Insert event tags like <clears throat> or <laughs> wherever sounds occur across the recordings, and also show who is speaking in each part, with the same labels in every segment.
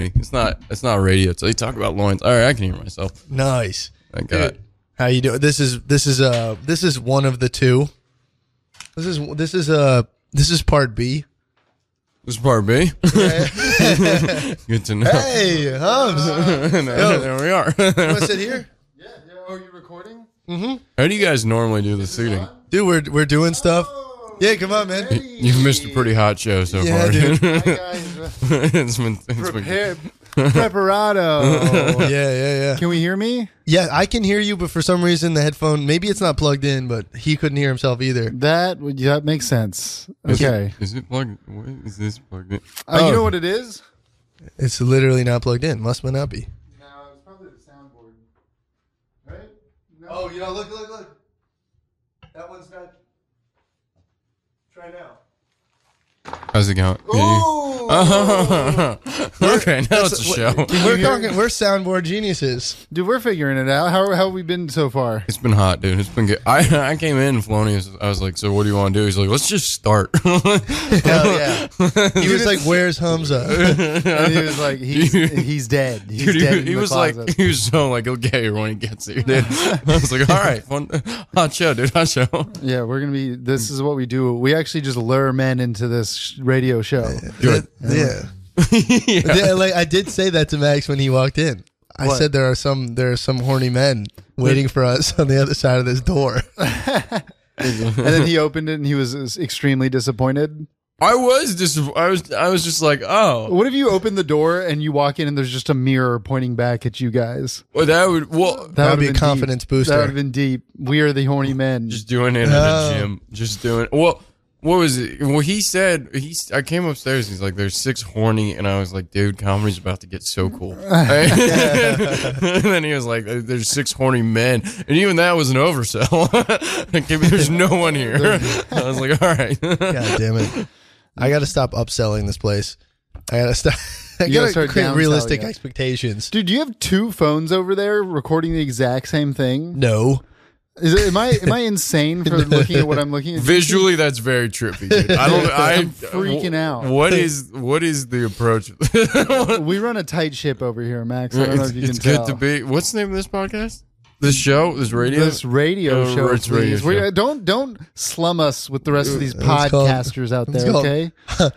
Speaker 1: It's not. It's not radio. So they talk about loins. All right, I can hear myself.
Speaker 2: Nice.
Speaker 1: Thank God.
Speaker 2: How you doing? This is this is uh this is one of the two. This is this is uh this is part B.
Speaker 1: This is part B. <laughs> Good to know.
Speaker 2: Hey, Hubs.
Speaker 1: <laughs> there we are.
Speaker 2: Want to Uh, sit here?
Speaker 3: Yeah, yeah. Oh, you
Speaker 1: <laughs>
Speaker 3: recording?
Speaker 1: How do you guys normally do the seating?
Speaker 2: Dude, we're we're doing stuff. Yeah, come on, man.
Speaker 1: You've missed a pretty hot show so
Speaker 2: Yeah,
Speaker 1: far.
Speaker 2: dude.
Speaker 3: My guys, uh,
Speaker 1: <laughs> it's been, it's been
Speaker 3: prepare,
Speaker 1: <laughs>
Speaker 3: preparado.
Speaker 2: Yeah, yeah, yeah.
Speaker 3: Can we hear me?
Speaker 2: Yeah, I can hear you, but for some reason the headphone maybe it's not plugged in, but he couldn't hear himself either.
Speaker 3: That would- that makes sense. Okay.
Speaker 1: Is it Oh. plugged? What is this plugged in?
Speaker 3: Uh, You know what it is?
Speaker 2: It's literally not plugged in. Must not be.
Speaker 3: No, it's probably the soundboard. Right? No. Oh, you know, look, look, look.
Speaker 2: That one's not. Try now.
Speaker 1: How's it going? <laughs> okay, now it's a show.
Speaker 2: We're talking. We're soundboard <laughs> geniuses.
Speaker 3: Dude, we're figuring it out. How, how have we been
Speaker 1: <laughs>
Speaker 3: so far?
Speaker 1: <laughs> It's been hot, dude. It's been good. I, I came in, Felonious. I was like, "So what do you want to do?" He's like, "Let's just
Speaker 2: <laughs>
Speaker 1: start." <laughs> Oh,
Speaker 2: Hell yeah. He was like, "Where's <laughs> Hamza?"
Speaker 3: <laughs> And he was like,
Speaker 1: <laughs>
Speaker 3: he's, he's dead. He's
Speaker 1: Dude,
Speaker 3: dead.
Speaker 1: he
Speaker 3: in
Speaker 1: he
Speaker 3: the
Speaker 1: was
Speaker 3: closet.
Speaker 1: like, <laughs> he was so like, "He'll get here when he gets here."
Speaker 3: <laughs>
Speaker 1: Dude. I was like, "All right, fun, hot show, dude. Hot show." <laughs>
Speaker 3: Yeah, we're gonna be. This is what we do. We actually just lure men into this sh- radio show.
Speaker 1: Good.
Speaker 2: yeah.
Speaker 1: <laughs> yeah.
Speaker 2: Yeah, like I did say that to Max when he walked in. I
Speaker 3: What?
Speaker 2: said there are some there are some horny men waiting for us <laughs> on the other side of this door.
Speaker 3: And
Speaker 1: <laughs>
Speaker 3: then he opened it, and he was uh, extremely disappointed.
Speaker 1: I was dis- I was. I was just like, "Oh,
Speaker 3: What if you open the door and you walk in, and there's just a mirror pointing back at you guys?
Speaker 1: well, that would well."
Speaker 2: That would
Speaker 3: would've
Speaker 2: be a
Speaker 3: been
Speaker 2: confidence
Speaker 3: deep.
Speaker 2: booster.
Speaker 3: That would have been deep. We are the horny men.
Speaker 1: just doing it
Speaker 2: Oh.
Speaker 1: at the gym. Just doing. Well, what was it? Well, he said he. I came upstairs. He's like, "There's six horny," and I was like, "Dude, comedy's about to get so
Speaker 3: <laughs>
Speaker 1: cool." <laughs> and then he was like, "There's six horny men," and even that was an oversell. <laughs> Like, There's no one
Speaker 3: <laughs>
Speaker 1: here. I was like, "All right." <laughs>
Speaker 2: God damn it! I got to stop upselling this place. I got to stop. <laughs> I
Speaker 3: You gotta
Speaker 2: got to
Speaker 3: start
Speaker 2: create
Speaker 3: downselling
Speaker 2: realistic
Speaker 3: it.
Speaker 2: expectations.
Speaker 3: Dude, do you have two phones over there recording the exact same thing?
Speaker 2: No,
Speaker 3: Is it, am I am I insane
Speaker 2: <laughs>
Speaker 3: for looking at what I'm looking at?
Speaker 1: Visually, that's very trippy. Dude. I don't. I,
Speaker 3: <laughs> I'm freaking out.
Speaker 1: What is what is the approach? <laughs>
Speaker 3: We run a tight ship over here, Max. I don't know
Speaker 1: it's
Speaker 3: if you can
Speaker 1: it's
Speaker 3: tell.
Speaker 1: good to be. What's the name of this podcast? This show, this radio,
Speaker 3: this radio
Speaker 1: Oh,
Speaker 3: show,
Speaker 1: it's
Speaker 3: please.
Speaker 1: radio
Speaker 3: We-
Speaker 1: show.
Speaker 3: uh, Don't don't slum us with the rest of these
Speaker 2: It's Uh, called-
Speaker 3: podcasters out
Speaker 2: it's
Speaker 3: there.
Speaker 2: called- <laughs>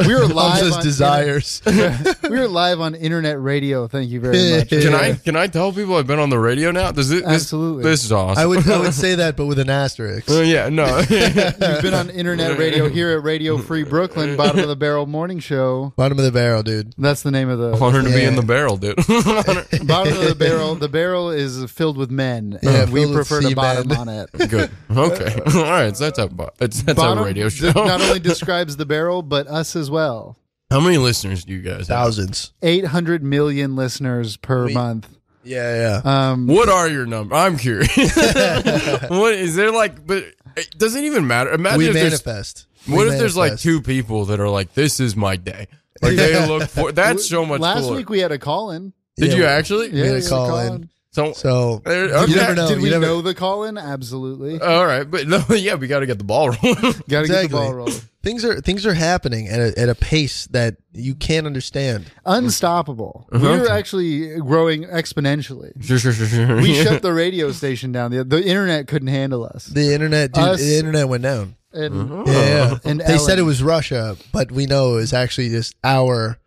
Speaker 3: Okay, we are live
Speaker 2: Hamza's
Speaker 3: on
Speaker 2: desires.
Speaker 3: inter- <laughs> we are live on internet radio. Thank you very
Speaker 2: <laughs>
Speaker 3: much.
Speaker 1: Can
Speaker 2: Yeah.
Speaker 1: I can I tell people I've been on the radio now? Does it this,
Speaker 3: Absolutely.
Speaker 1: This is awesome.
Speaker 2: I would I would say that, but with an asterisk.
Speaker 1: Uh, yeah,
Speaker 3: <laughs>
Speaker 1: no. <laughs>
Speaker 3: You've been on internet radio here at Radio Free Brooklyn, bottom of the barrel morning show.
Speaker 2: Bottom of the barrel, dude.
Speaker 3: That's the name of the
Speaker 1: Honor to be in the barrel, dude. <laughs>
Speaker 3: bottom of the barrel. The barrel is filled with men, and
Speaker 1: Uh,
Speaker 2: Yeah,
Speaker 3: we
Speaker 2: filled with
Speaker 3: prefer to
Speaker 2: sea
Speaker 3: bottom
Speaker 2: men.
Speaker 1: <laughs>
Speaker 3: on it.
Speaker 1: Good. Okay.
Speaker 3: <laughs>
Speaker 1: All right. It's that type of it's that type
Speaker 3: Bottom
Speaker 1: of radio
Speaker 3: d-
Speaker 1: show.
Speaker 3: not only describes the barrel, but us as well.
Speaker 1: <laughs> How many listeners do you guys have?
Speaker 2: Thousands.
Speaker 3: Eight hundred million listeners per month.
Speaker 2: Yeah, yeah.
Speaker 3: Um,
Speaker 1: What are your numbers? I'm
Speaker 3: <laughs>
Speaker 1: curious. <laughs> what is there like? But eh, it doesn't even matter. Imagine
Speaker 2: we
Speaker 1: if there's
Speaker 2: manifest.
Speaker 1: what
Speaker 2: We
Speaker 1: if there's like
Speaker 2: manifest.
Speaker 1: two people that are like, "This is my day." Like they look for that's so much.
Speaker 3: Last
Speaker 1: cooler.
Speaker 3: week we had a call in.
Speaker 1: did
Speaker 2: Yeah,
Speaker 1: you
Speaker 2: we-
Speaker 1: actually?
Speaker 2: we had a
Speaker 3: yeah,
Speaker 2: call
Speaker 3: call
Speaker 2: in.
Speaker 3: in.
Speaker 1: So,
Speaker 2: So
Speaker 1: There- okay.
Speaker 2: you never know.
Speaker 3: Did
Speaker 2: You
Speaker 3: we
Speaker 2: never-
Speaker 3: know the call in? Absolutely.
Speaker 1: all right, but no, <laughs> yeah, we got to get the ball rolling.
Speaker 3: Got to get the
Speaker 2: exactly.
Speaker 3: ball rolling.
Speaker 2: things are things are happening at a, at a pace that you can't understand.
Speaker 3: Unstoppable.
Speaker 1: Uh-huh.
Speaker 3: We were actually growing exponentially.
Speaker 1: Sure, sure, sure, sure. <laughs>
Speaker 3: We shut the radio station down. The, the internet couldn't handle us.
Speaker 2: The Uh-huh. internet, dude,
Speaker 3: Us-
Speaker 2: the internet went down.
Speaker 3: And
Speaker 2: Yeah, yeah.
Speaker 3: And
Speaker 2: they said
Speaker 3: Ellen.
Speaker 2: it was Russia, but we know it was actually just our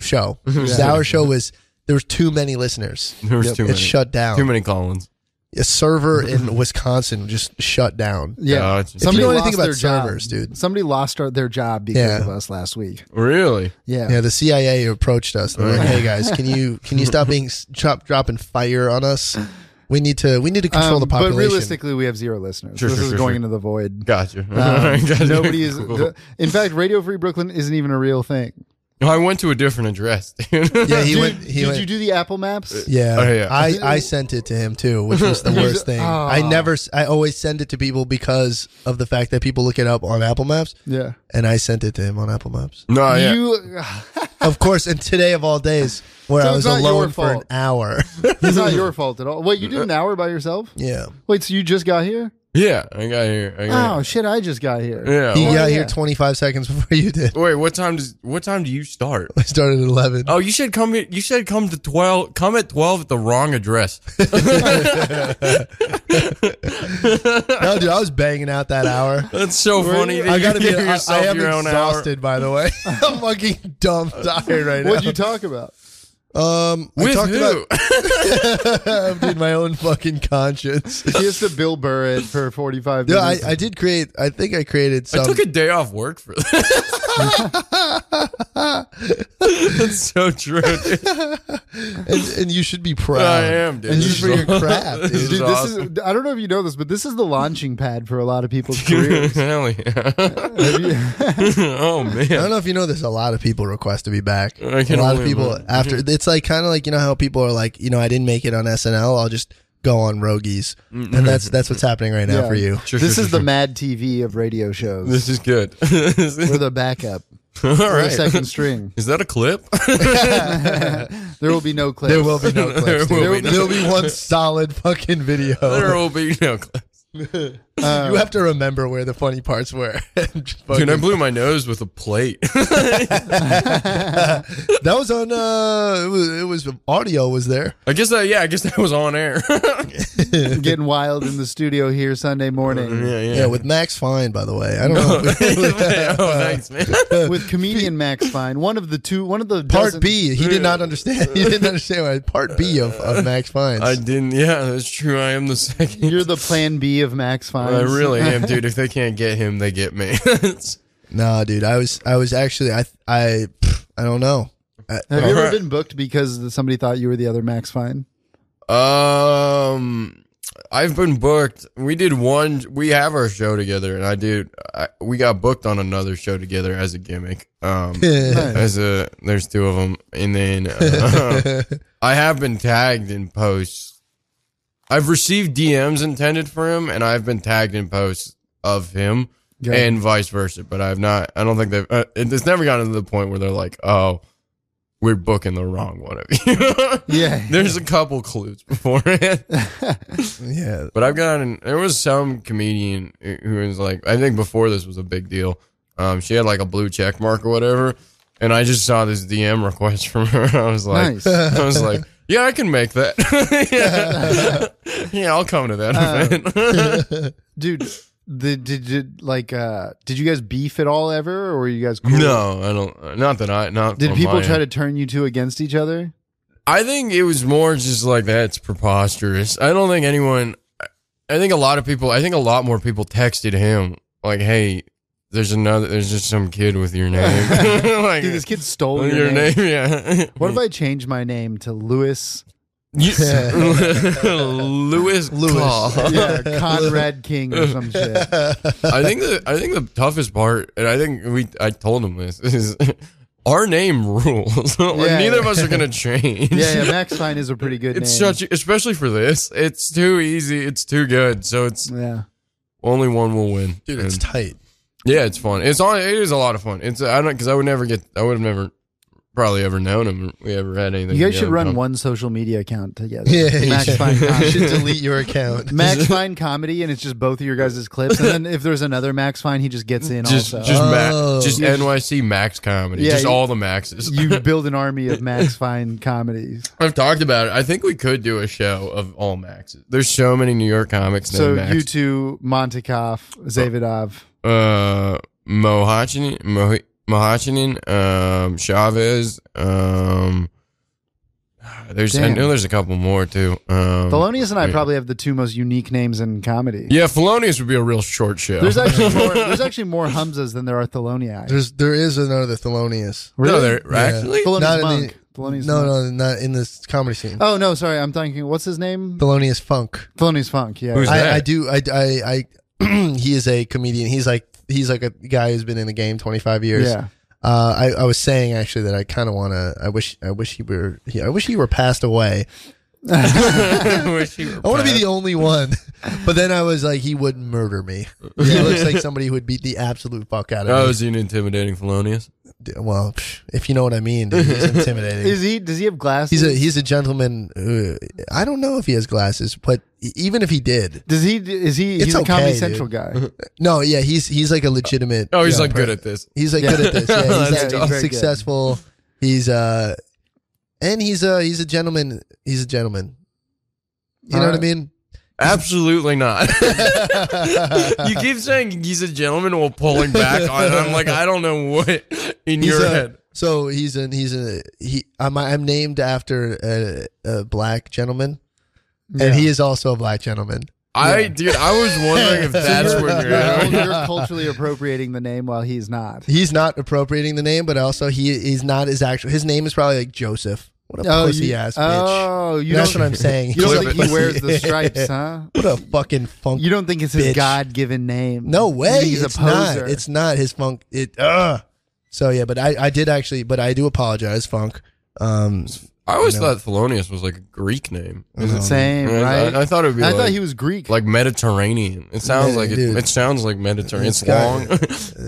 Speaker 2: show.
Speaker 3: <laughs>
Speaker 2: Just Our show was there was too many listeners.
Speaker 1: There was too
Speaker 2: it
Speaker 1: many.
Speaker 2: shut down.
Speaker 1: Too many Collins.
Speaker 2: A server
Speaker 3: <laughs>
Speaker 2: in Wisconsin just shut down.
Speaker 3: yeah,
Speaker 1: Gotcha. If
Speaker 2: you know anything
Speaker 3: lost
Speaker 2: about
Speaker 3: their job.
Speaker 2: servers, dude.
Speaker 3: Somebody lost our, their job because
Speaker 2: Yeah.
Speaker 3: of us last week.
Speaker 1: Really?
Speaker 3: Yeah.
Speaker 2: Yeah, the CIA approached us. They're like, "Hey guys, can you
Speaker 3: <laughs>
Speaker 2: can you stop being stop dropping fire on us? We need to we need to control
Speaker 3: Um,
Speaker 2: the
Speaker 3: but
Speaker 2: population."
Speaker 3: realistically, we have zero listeners.
Speaker 1: Sure,
Speaker 3: this
Speaker 1: sure,
Speaker 3: is
Speaker 1: sure,
Speaker 3: going
Speaker 1: sure.
Speaker 3: into the
Speaker 1: <laughs>
Speaker 3: void.
Speaker 1: Gotcha.
Speaker 3: Um,
Speaker 1: Gotcha.
Speaker 3: nobody is.
Speaker 1: Cool.
Speaker 3: the- in fact, Radio Free Brooklyn isn't even a real thing.
Speaker 1: No, I went to a different address, <laughs> dude.
Speaker 2: yeah, he
Speaker 3: Dude,
Speaker 2: went. He
Speaker 3: did
Speaker 2: went, Uh,
Speaker 3: you do the Apple Maps?
Speaker 2: Yeah,
Speaker 1: Oh, yeah.
Speaker 2: I, I
Speaker 3: <laughs>
Speaker 2: sent it to him too, which was the worst thing.
Speaker 3: Ah.
Speaker 2: I never, s- I always send it to people because of the fact that people look it up on Apple Maps,
Speaker 3: Yeah.
Speaker 2: and I sent it to him on Apple Maps.
Speaker 1: no, oh, yeah.
Speaker 3: You, <laughs>
Speaker 2: Of course, and today of all days, where
Speaker 3: So
Speaker 2: I
Speaker 3: it's
Speaker 2: was
Speaker 3: not your
Speaker 2: alone for an
Speaker 3: fault. <laughs>
Speaker 2: hour. <laughs>
Speaker 3: it's not your fault at all. Wait, you did an hour by yourself?
Speaker 2: yeah,
Speaker 3: Wait, so you just got here?
Speaker 1: Yeah, I got here. I got
Speaker 3: Oh shit! I just got here.
Speaker 1: here.
Speaker 2: He
Speaker 1: Yeah.
Speaker 2: got here
Speaker 3: yeah.
Speaker 2: 25 seconds before you did. <laughs>
Speaker 1: Wait, what time does what time do you start?
Speaker 2: I started at
Speaker 1: <laughs>
Speaker 2: 11.
Speaker 1: Oh, you should come. here- You should come to twelve. Come at twelve at the wrong address.
Speaker 2: No, dude, I was banging out that hour.
Speaker 1: That's so funny. That
Speaker 2: I
Speaker 1: you
Speaker 2: gotta be.
Speaker 1: give
Speaker 2: I, I
Speaker 1: yourself
Speaker 2: am
Speaker 1: your own
Speaker 2: exhausted, by the way. <laughs> I'm fucking dumb tired right
Speaker 3: What'd you
Speaker 2: now.
Speaker 3: talk about?
Speaker 2: um,
Speaker 1: hour.
Speaker 2: I
Speaker 1: With
Speaker 2: talked
Speaker 1: who? <laughs>
Speaker 2: <laughs> about dude, my own fucking conscience.
Speaker 3: Just to Bill Burr it for forty-five
Speaker 2: Yeah, I,
Speaker 3: minutes.
Speaker 2: I did create. I think I created
Speaker 1: I
Speaker 2: some.
Speaker 1: took a day off work for that. <laughs> That's so true. dude.
Speaker 2: and, and you should be proud.
Speaker 1: I am, dude.
Speaker 2: And
Speaker 1: This
Speaker 2: you
Speaker 1: is
Speaker 2: for your
Speaker 1: awesome.
Speaker 2: craft, dude.
Speaker 1: This is
Speaker 3: Dude, this
Speaker 1: awesome.
Speaker 3: is, I don't know if you know this, but this is the launching pad for a lot
Speaker 1: <laughs>
Speaker 3: of people's careers.
Speaker 1: Hell yeah. <laughs>
Speaker 3: Have you-
Speaker 1: oh
Speaker 2: <laughs> I <laughs> don't
Speaker 1: man.
Speaker 2: know if you know this. A lot of people request to be back.
Speaker 1: I can
Speaker 2: a lot of
Speaker 1: only
Speaker 2: people
Speaker 1: imagine.
Speaker 2: after it's like kind of like you know how people are like you know I didn't make it on SNL. I'll just go on Rogies,
Speaker 1: Mm-hmm.
Speaker 2: and that's that's what's happening right now
Speaker 3: Yeah.
Speaker 2: for you.
Speaker 1: Sure,
Speaker 3: this
Speaker 1: sure,
Speaker 3: is
Speaker 1: sure,
Speaker 3: the Mad TV of radio shows.
Speaker 1: This is good. This is-
Speaker 3: We're the backup.
Speaker 1: <laughs> All
Speaker 3: We're the
Speaker 1: right.
Speaker 3: second string.
Speaker 1: Is that a clip? <laughs>
Speaker 3: There will be no clips.
Speaker 2: There will
Speaker 1: <laughs>
Speaker 2: be no clips.
Speaker 1: There
Speaker 2: dude. There
Speaker 1: will
Speaker 2: will,
Speaker 1: be no-
Speaker 2: be one solid
Speaker 1: <laughs>
Speaker 2: fucking video.
Speaker 1: there will be no clip.
Speaker 2: you have to remember where the funny parts were. <laughs> Just fucking-
Speaker 1: Dude, I blew my nose with a plate. <laughs>
Speaker 2: that was on. Uh, it was, it was audio was there.
Speaker 1: I guess that. Yeah, I guess that was on air. <laughs>
Speaker 3: Getting wild in the studio here Sunday morning
Speaker 1: yeah,
Speaker 2: Yeah. with Max Fine, by the way. I don't know.
Speaker 1: <laughs>
Speaker 2: <laughs> uh,
Speaker 1: oh, thanks, man.
Speaker 3: with comedian Max Fine. One of the two. One of the dozen-
Speaker 2: Part B, he did not understand. <laughs> He didn't understand why part B of, of Max Fine's.
Speaker 1: Uh, I didn't. Yeah, that's true. I am the second.
Speaker 3: You're the Plan B of Max Fine.
Speaker 1: I
Speaker 3: <laughs>
Speaker 1: really am, dude. If they can't get him, they get me. <laughs> It's-
Speaker 2: No, dude, I was I was actually I I pff, I don't know. I,
Speaker 3: Have you ever
Speaker 1: Alright.
Speaker 3: been booked because somebody thought you were the other Max Fine?
Speaker 1: um, I've been booked. We did one. We have our show together, and I did. I, we got booked on another show together as a gimmick. Um, as a there's two of them, and then uh, <laughs> I have been tagged in posts. I've received DMs intended for him, and I've been tagged in posts of him,
Speaker 3: Yeah.
Speaker 1: and vice versa. But I've not. I don't think they've. Uh, it- it's never gotten to the point where they're like, "Oh, we're booking the wrong one of you." <laughs>
Speaker 3: Yeah.
Speaker 1: There's a couple clues beforehand,
Speaker 2: oh, yeah,
Speaker 1: but I've gotten. There was some comedian who was like, I think before this was a big deal. Um, she had like a blue check mark or whatever, and I just saw this DM request <laughs> from her. And I was like,
Speaker 3: Nice.
Speaker 1: I was like, yeah, I can make
Speaker 3: <laughs>
Speaker 1: that. <laughs> yeah. Yeah, I'll come to that
Speaker 3: Uh.
Speaker 1: event. <laughs>
Speaker 3: dude the, did, did like uh did you guys beef at all ever or were you guys cool?
Speaker 1: no, I don't. Not that I. Not.
Speaker 3: did
Speaker 1: from
Speaker 3: people
Speaker 1: my
Speaker 3: try
Speaker 1: end.
Speaker 3: to turn you two against each other
Speaker 1: I think it was more just like that's preposterous. I don't think anyone. I think a lot of people. I think a lot more people texted him like, "Hey, there's another. There's just some kid with your name. <laughs>
Speaker 3: <laughs>
Speaker 1: like
Speaker 3: dude this kid stole
Speaker 1: your,
Speaker 3: your, name.
Speaker 1: name. Yeah.
Speaker 3: <laughs> what if i change my name to lewis
Speaker 1: You- <laughs>
Speaker 3: <laughs>
Speaker 1: Lewis
Speaker 2: Lewis.
Speaker 1: Claw.
Speaker 3: yeah conrad king or some
Speaker 1: <laughs>
Speaker 3: shit
Speaker 1: I think the I think the toughest part, and I think we I told him this <laughs> is our name rules. <laughs>
Speaker 3: Yeah.
Speaker 1: Neither of us are
Speaker 3: <laughs>
Speaker 1: gonna change.
Speaker 3: yeah, yeah max fine is a pretty good
Speaker 1: It's
Speaker 3: name
Speaker 1: such, especially for this. It's too easy. It's too good. So it's
Speaker 3: yeah
Speaker 1: only one will win.
Speaker 2: dude, it's
Speaker 1: And- <laughs>
Speaker 2: tight.
Speaker 1: yeah, it's fun. It's on. It is a lot of fun. It's I don't because I would never get. I would have never probably ever known him. or We ever had anything.
Speaker 3: you guys should
Speaker 1: together.
Speaker 3: run one social media account together
Speaker 2: Yeah, you
Speaker 3: max
Speaker 2: should.
Speaker 3: fine
Speaker 2: <laughs> You
Speaker 3: comedy.
Speaker 2: should delete your account.
Speaker 3: <laughs> Max Fine comedy, and it's just both of your guys' clips. And then if there's another Max Fine, he just gets in
Speaker 1: Just
Speaker 3: also.
Speaker 1: just
Speaker 2: Oh.
Speaker 1: Ma- just NYC Max comedy.
Speaker 3: Yeah,
Speaker 1: just
Speaker 3: you-
Speaker 1: all the Maxes.
Speaker 3: you build an army of Max Fine comedies.
Speaker 1: <laughs> I've talked about it. I think we could do a show of all Maxes. There's so many New York comics.
Speaker 3: So
Speaker 1: named Max.
Speaker 3: you two, Montikov, Zavidov.
Speaker 2: Oh.
Speaker 1: uh, Mohachinin, Moh- Mohachinin, um, Chavez. Um, <sighs> there's I
Speaker 3: Damn.
Speaker 1: know there's a couple more too. Um,
Speaker 3: Thelonious and I
Speaker 1: yeah.
Speaker 3: probably have the two most unique names in comedy.
Speaker 1: Yeah, Felonious would be a real short show.
Speaker 2: <laughs>
Speaker 3: There's actually more there's actually more Humzas than there are Thelonii.
Speaker 2: There's there is another Thelonious.
Speaker 1: no, there actually. <laughs>
Speaker 2: <laughs>
Speaker 3: Thelonious
Speaker 2: Not in
Speaker 3: Monk. Thelonious
Speaker 2: No,
Speaker 3: Monk.
Speaker 2: no, not in this comedy scene.
Speaker 3: Oh no, sorry, I'm thinking what's his name?
Speaker 2: Thelonious Funk.
Speaker 3: Thelonious Funk, yeah.
Speaker 1: Who's that?
Speaker 2: I, I do. I I, I <clears throat> he is a comedian. He's like he's like a guy who's been in the game 25 years.
Speaker 3: Yeah.
Speaker 2: Uh, I, I was saying actually that I kind of want to. I wish I wish he were. He, I wish he were passed away.
Speaker 1: I
Speaker 2: I want to be the only one. <laughs> But then I was like, he wouldn't murder me. He looks like somebody who would beat the absolute fuck out of
Speaker 1: Oh,
Speaker 2: me.
Speaker 1: is he an intimidating felonious?
Speaker 2: D- well, psh, if you know what I mean,
Speaker 1: <laughs>
Speaker 2: dude, he's intimidating.
Speaker 3: Is he? Does he have glasses?
Speaker 2: He's a he's a gentleman. Who, I don't know if he has glasses, but e- even if he did,
Speaker 3: does he? Is he?
Speaker 2: It's
Speaker 3: he's a Comedy
Speaker 2: okay,
Speaker 3: Central guy.
Speaker 2: no, yeah, he's he's like a legitimate.
Speaker 1: Oh, he's
Speaker 2: yeah,
Speaker 1: like
Speaker 2: per-
Speaker 1: good at this.
Speaker 2: He's like
Speaker 3: Yeah.
Speaker 2: good at this.
Speaker 3: <laughs>
Speaker 2: Yeah, he's,
Speaker 1: That's
Speaker 2: like,
Speaker 1: tough.
Speaker 2: he's
Speaker 3: Very good.
Speaker 2: successful. He's uh, and he's a he's a gentleman. He's a gentleman. You know what I
Speaker 3: Alright. <laughs>
Speaker 2: mean?
Speaker 1: Absolutely not. <laughs> you keep saying he's a gentleman while pulling back on it. I'm like, I don't know what in
Speaker 2: He's
Speaker 1: your
Speaker 2: a-
Speaker 1: head.
Speaker 2: So he's an he's a he. I'm I'm named after a, a black gentleman,
Speaker 3: Yeah.
Speaker 2: and he is also a black gentleman.
Speaker 1: I dude, I was wondering
Speaker 2: <laughs>
Speaker 1: if
Speaker 2: So
Speaker 1: that's
Speaker 2: you're-
Speaker 1: where you're
Speaker 3: You're-
Speaker 1: at.
Speaker 3: You're culturally appropriating the name while he's not.
Speaker 2: He's not appropriating the name, but also he he's not his actual. His name is probably like Joseph. What a pussy
Speaker 3: Oh, you,
Speaker 2: ass bitch.
Speaker 3: Oh, you
Speaker 2: That's
Speaker 3: don't,
Speaker 2: what I'm saying.
Speaker 3: you
Speaker 2: He's a
Speaker 3: don't
Speaker 1: Clip
Speaker 3: think he
Speaker 2: pussy. <laughs>
Speaker 3: wears the stripes, huh?
Speaker 2: What a fucking funk.
Speaker 3: You don't think it's his
Speaker 2: Bitch.
Speaker 3: God-given name?
Speaker 2: no
Speaker 3: You
Speaker 2: way.
Speaker 3: think He's
Speaker 2: it's
Speaker 3: a poser.
Speaker 2: not. It's not his funk. It. Ugh. So yeah, but I I did actually, but I do apologize, funk. Um,
Speaker 1: I always
Speaker 2: No.
Speaker 1: thought felonious was like a Greek name.
Speaker 2: Is it
Speaker 3: same,
Speaker 1: I-
Speaker 3: right?
Speaker 1: I, I thought it would be
Speaker 3: I
Speaker 1: like,
Speaker 3: thought he was Greek.
Speaker 1: like Mediterranean. It sounds
Speaker 2: Yeah,
Speaker 1: like it,
Speaker 2: dude.
Speaker 1: it sounds like Mediterranean. It's,
Speaker 2: It's got-
Speaker 1: long.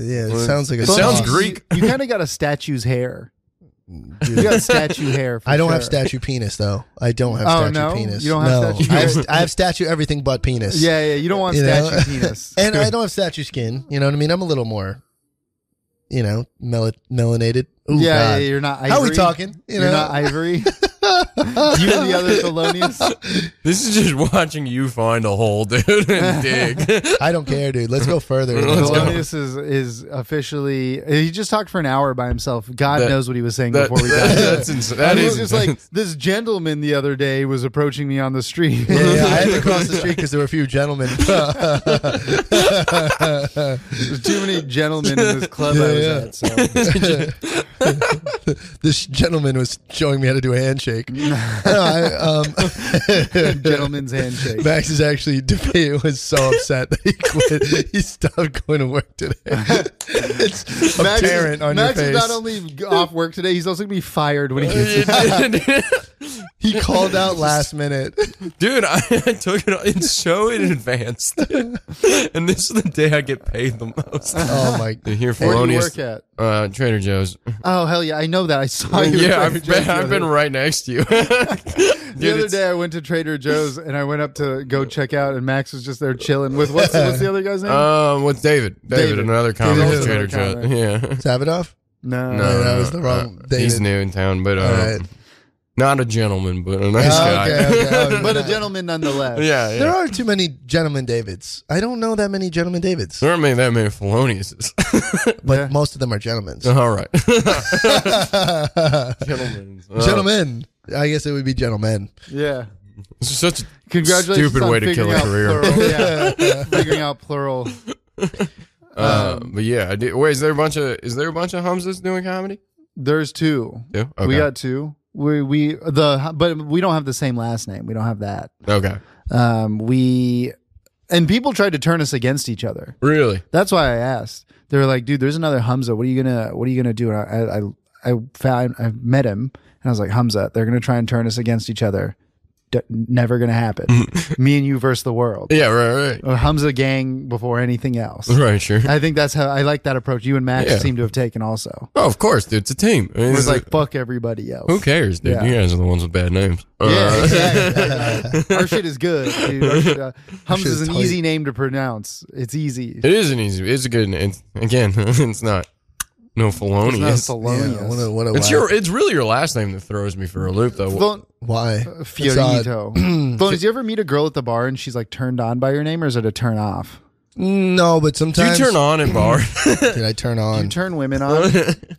Speaker 2: yeah, it
Speaker 1: Well,
Speaker 2: sounds like a
Speaker 1: it sounds
Speaker 2: sauce.
Speaker 1: great. Greek.
Speaker 3: You, kind of got a statue's hair.
Speaker 2: Dude. <laughs>
Speaker 3: You got statue hair. For
Speaker 2: I don't have
Speaker 3: sure.
Speaker 2: statue penis though. I don't have
Speaker 3: Oh,
Speaker 2: statue
Speaker 3: no?
Speaker 2: penis.
Speaker 3: You don't have
Speaker 2: no.
Speaker 3: statue
Speaker 2: I, have,
Speaker 3: penis?
Speaker 2: I have statue everything but penis.
Speaker 3: Yeah, yeah. You don't want
Speaker 2: You know?
Speaker 3: statue
Speaker 2: <laughs>
Speaker 3: penis.
Speaker 2: and I don't have statue skin. You know what I mean? I'm a little more, you know, mel- melanated. Ooh,
Speaker 3: yeah, yeah,
Speaker 2: God.
Speaker 3: you're not. Ivory.
Speaker 2: How we talking? You
Speaker 3: You
Speaker 2: know,
Speaker 3: are not
Speaker 2: <laughs>
Speaker 3: ivory. <laughs> you and the other felonious.
Speaker 1: this is just <laughs> watching you find a hole, dude,
Speaker 3: <laughs>
Speaker 1: and dig.
Speaker 2: I don't care, dude. Let's go further.
Speaker 1: Let's go.
Speaker 3: Thelonious is, is officially he just talked for an hour by himself. God
Speaker 1: That-
Speaker 3: knows what he was saying
Speaker 1: That,
Speaker 3: before we
Speaker 1: that,
Speaker 3: got there.
Speaker 1: that's insane. <laughs> That
Speaker 3: And he
Speaker 1: is
Speaker 3: was just
Speaker 1: insane. <laughs>
Speaker 3: like this gentleman the other day was approaching me on the street.
Speaker 2: Yeah, yeah, I had to cross the street because there were a few gentlemen. <laughs> uh, yeah,
Speaker 3: There's <laughs> too many gentlemen in this club I was
Speaker 2: yeah.
Speaker 3: at. <laughs>
Speaker 2: <laughs> this gentleman was showing me how to do a
Speaker 3: <laughs>
Speaker 2: handshake. no, I, um,
Speaker 3: Gentleman's <laughs> handshake.
Speaker 2: <laughs> Max is actually <laughs> was so upset that he quit. he stopped going to work today.
Speaker 3: <laughs>
Speaker 2: it's
Speaker 3: Max, is-
Speaker 2: apparent on
Speaker 3: Max
Speaker 2: your
Speaker 3: is
Speaker 2: face.
Speaker 3: not only g- off work today, he's also gonna be fired <laughs> when he gets home. <laughs>
Speaker 2: he called out last minute.
Speaker 1: Dude, I, I took it. It's so in advance, dude. and this is the day I get paid the
Speaker 3: <laughs>
Speaker 1: most.
Speaker 2: Oh my!
Speaker 1: To hear
Speaker 3: Where do you
Speaker 1: felonious,
Speaker 3: work at?
Speaker 1: uh, Trader
Speaker 3: <laughs>
Speaker 1: Joe's.
Speaker 3: Oh hell yeah, I know that. I saw you. at
Speaker 1: yeah,
Speaker 3: Trader
Speaker 1: I've
Speaker 3: Joe's
Speaker 1: been,
Speaker 3: the
Speaker 1: I've
Speaker 3: other
Speaker 1: been
Speaker 3: day.
Speaker 1: right next to you. <laughs>
Speaker 3: The other day, I went to Trader Joe's and I went up to go check out, and Max was just there chilling with what's, what's the other guy's name?
Speaker 1: um, with David, David,
Speaker 3: David.
Speaker 1: another comic, at
Speaker 2: David is
Speaker 1: Trader
Speaker 3: another
Speaker 1: Joe's.
Speaker 3: comic. Oh,
Speaker 1: Yeah,
Speaker 2: Savadoff.
Speaker 3: no,
Speaker 1: <laughs> No,
Speaker 2: that
Speaker 1: no,
Speaker 2: was the wrong
Speaker 1: uh, He's
Speaker 2: David.
Speaker 1: new in town, but uh,
Speaker 2: All right.
Speaker 1: not a gentleman, but a nice
Speaker 2: Oh,
Speaker 1: guy.
Speaker 2: okay, okay. Oh,
Speaker 3: <laughs> but a
Speaker 2: yeah.
Speaker 3: gentleman
Speaker 1: <laughs>
Speaker 3: nonetheless.
Speaker 1: yeah, yeah.
Speaker 2: There are too many gentlemen Davids. I don't know that many gentlemen Davids,
Speaker 1: There aren't many, that many feloniouses.
Speaker 2: but
Speaker 3: Yeah.
Speaker 2: most of them are gentlemen.
Speaker 1: <laughs> All <laughs> right, gentlemen, Uh,
Speaker 2: gentlemen. I guess it would be gentlemen.
Speaker 3: yeah.
Speaker 1: this is such a
Speaker 3: Congratulations!
Speaker 1: Stupid
Speaker 3: on
Speaker 1: way to kill a
Speaker 3: figuring out
Speaker 1: career.
Speaker 3: Plural.
Speaker 1: <laughs>
Speaker 3: Yeah, figuring out plural.
Speaker 1: Uh,
Speaker 3: Um,
Speaker 1: but yeah, I did. Wait, is there a bunch of is there a bunch of Humzas doing comedy?
Speaker 3: There's two.
Speaker 1: Yeah. Okay.
Speaker 3: We got two. We we the but we don't have the same last name. We don't have that.
Speaker 1: okay.
Speaker 3: Um, we and people tried to turn us against each other.
Speaker 1: Really?
Speaker 3: That's why I asked. They were like, "Dude, there's another Hamza. What are you gonna What are you gonna do?" And I I I, found, I met him and I was like, "Hamza, they're gonna try and turn us against each other. D- never gonna happen. Me and you versus the world.
Speaker 1: Yeah. Right.
Speaker 3: Or Hamza gang before anything else."
Speaker 1: Right. Right. Sure.
Speaker 3: Uh, I think that's how I like that approach. You and Max
Speaker 1: Yeah.
Speaker 3: seem to have taken also.
Speaker 1: Oh, of course, dude. It's a team. I mean,
Speaker 3: It
Speaker 1: it's
Speaker 3: was
Speaker 1: like,
Speaker 3: like fuck everybody else.
Speaker 1: who cares, dude?
Speaker 3: Yeah.
Speaker 1: You guys are the ones with bad names.
Speaker 3: Yeah,
Speaker 1: Uh,
Speaker 3: exactly. Our shit is good, dude. Our shit, uh, Hums
Speaker 2: shit
Speaker 3: is
Speaker 2: is
Speaker 3: an
Speaker 2: tight.
Speaker 3: easy name to pronounce. It's easy.
Speaker 1: <laughs> it is an easy. It's a good. name. again, <laughs> it's not no
Speaker 3: It's not
Speaker 1: felonious. It's,
Speaker 3: Thelonious.
Speaker 2: Yeah, what a, what a whack.
Speaker 1: your. It's really your last name that throws me for a loop, though.
Speaker 3: Thel-
Speaker 2: why?
Speaker 3: Fiorito. <clears throat> Thelonious, do you ever meet a girl at the bar and she's like turned on by your name or is it a turn off?
Speaker 2: No, but
Speaker 1: Do you
Speaker 2: sometimes
Speaker 1: turn on at
Speaker 3: <laughs>
Speaker 1: bar?
Speaker 2: Did I turn on?
Speaker 3: You turn women
Speaker 2: <laughs>
Speaker 3: on.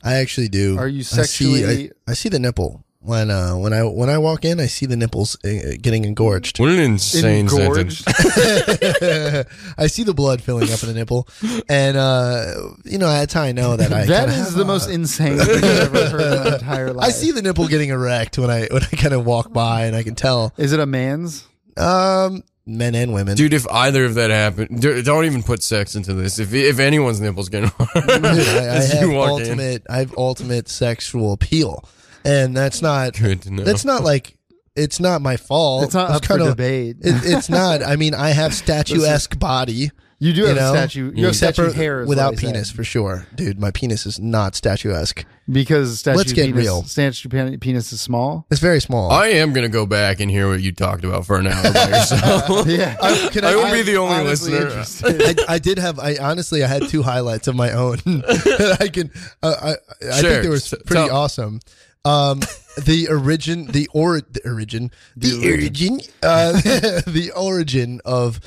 Speaker 2: I actually do.
Speaker 3: Are you
Speaker 2: I see,
Speaker 3: sexually-
Speaker 2: I, I see the nipple when uh when I when I walk in. I see the nipples uh, getting engorged.
Speaker 1: what an insane
Speaker 3: Engorged.
Speaker 1: sentence.
Speaker 2: <laughs> I see the blood filling up in the nipple, and uh you know that's how I know that I.
Speaker 3: <laughs> That
Speaker 2: kinda
Speaker 3: is
Speaker 2: have
Speaker 3: the
Speaker 2: a-
Speaker 3: most insane thing I've ever heard in <laughs> my entire life.
Speaker 2: I see the nipple getting erect when I when I kind of walk by, and I can tell.
Speaker 3: Is it a man's?
Speaker 2: Um, men and women.
Speaker 1: Dude, if either of that happened, d- don't even put sex into this. If if anyone's nipples getting <laughs> hard,
Speaker 2: Dude, I, I
Speaker 1: as you
Speaker 2: have
Speaker 1: walk in.
Speaker 2: ultimate. I have ultimate sexual appeal, and that's not
Speaker 1: good to know.
Speaker 2: that's not like it's not my fault.
Speaker 3: It's not
Speaker 2: It's
Speaker 3: up for
Speaker 2: kinda-
Speaker 3: debate.
Speaker 2: It, it's not. I mean, I have statuesque body.
Speaker 3: you do
Speaker 2: you
Speaker 3: have
Speaker 2: know,
Speaker 3: a statue. You have
Speaker 2: except
Speaker 3: statue
Speaker 2: for
Speaker 3: hair is what
Speaker 2: without
Speaker 3: I said.
Speaker 2: penis for sure, dude. My penis is not statuesque.
Speaker 3: because statue
Speaker 2: Let's get
Speaker 3: penis,
Speaker 2: real.
Speaker 3: Statue pe- penis
Speaker 2: <laughs>
Speaker 3: is small.
Speaker 2: It's very small.
Speaker 1: I am gonna go back and hear what you talked about for an hour by
Speaker 3: <laughs>
Speaker 1: yourself.
Speaker 3: Yeah.
Speaker 2: I, can
Speaker 1: I will be the only
Speaker 2: honestly
Speaker 1: listener.
Speaker 2: interested. I, I did have. I honestly, I had two highlights of my own. <laughs> I can. Uh, I, I
Speaker 1: Sure.
Speaker 2: think they were
Speaker 1: S-
Speaker 2: pretty
Speaker 1: tell-
Speaker 2: awesome. Um, the origin, the or the origin, the, origin, uh, <laughs> the origin of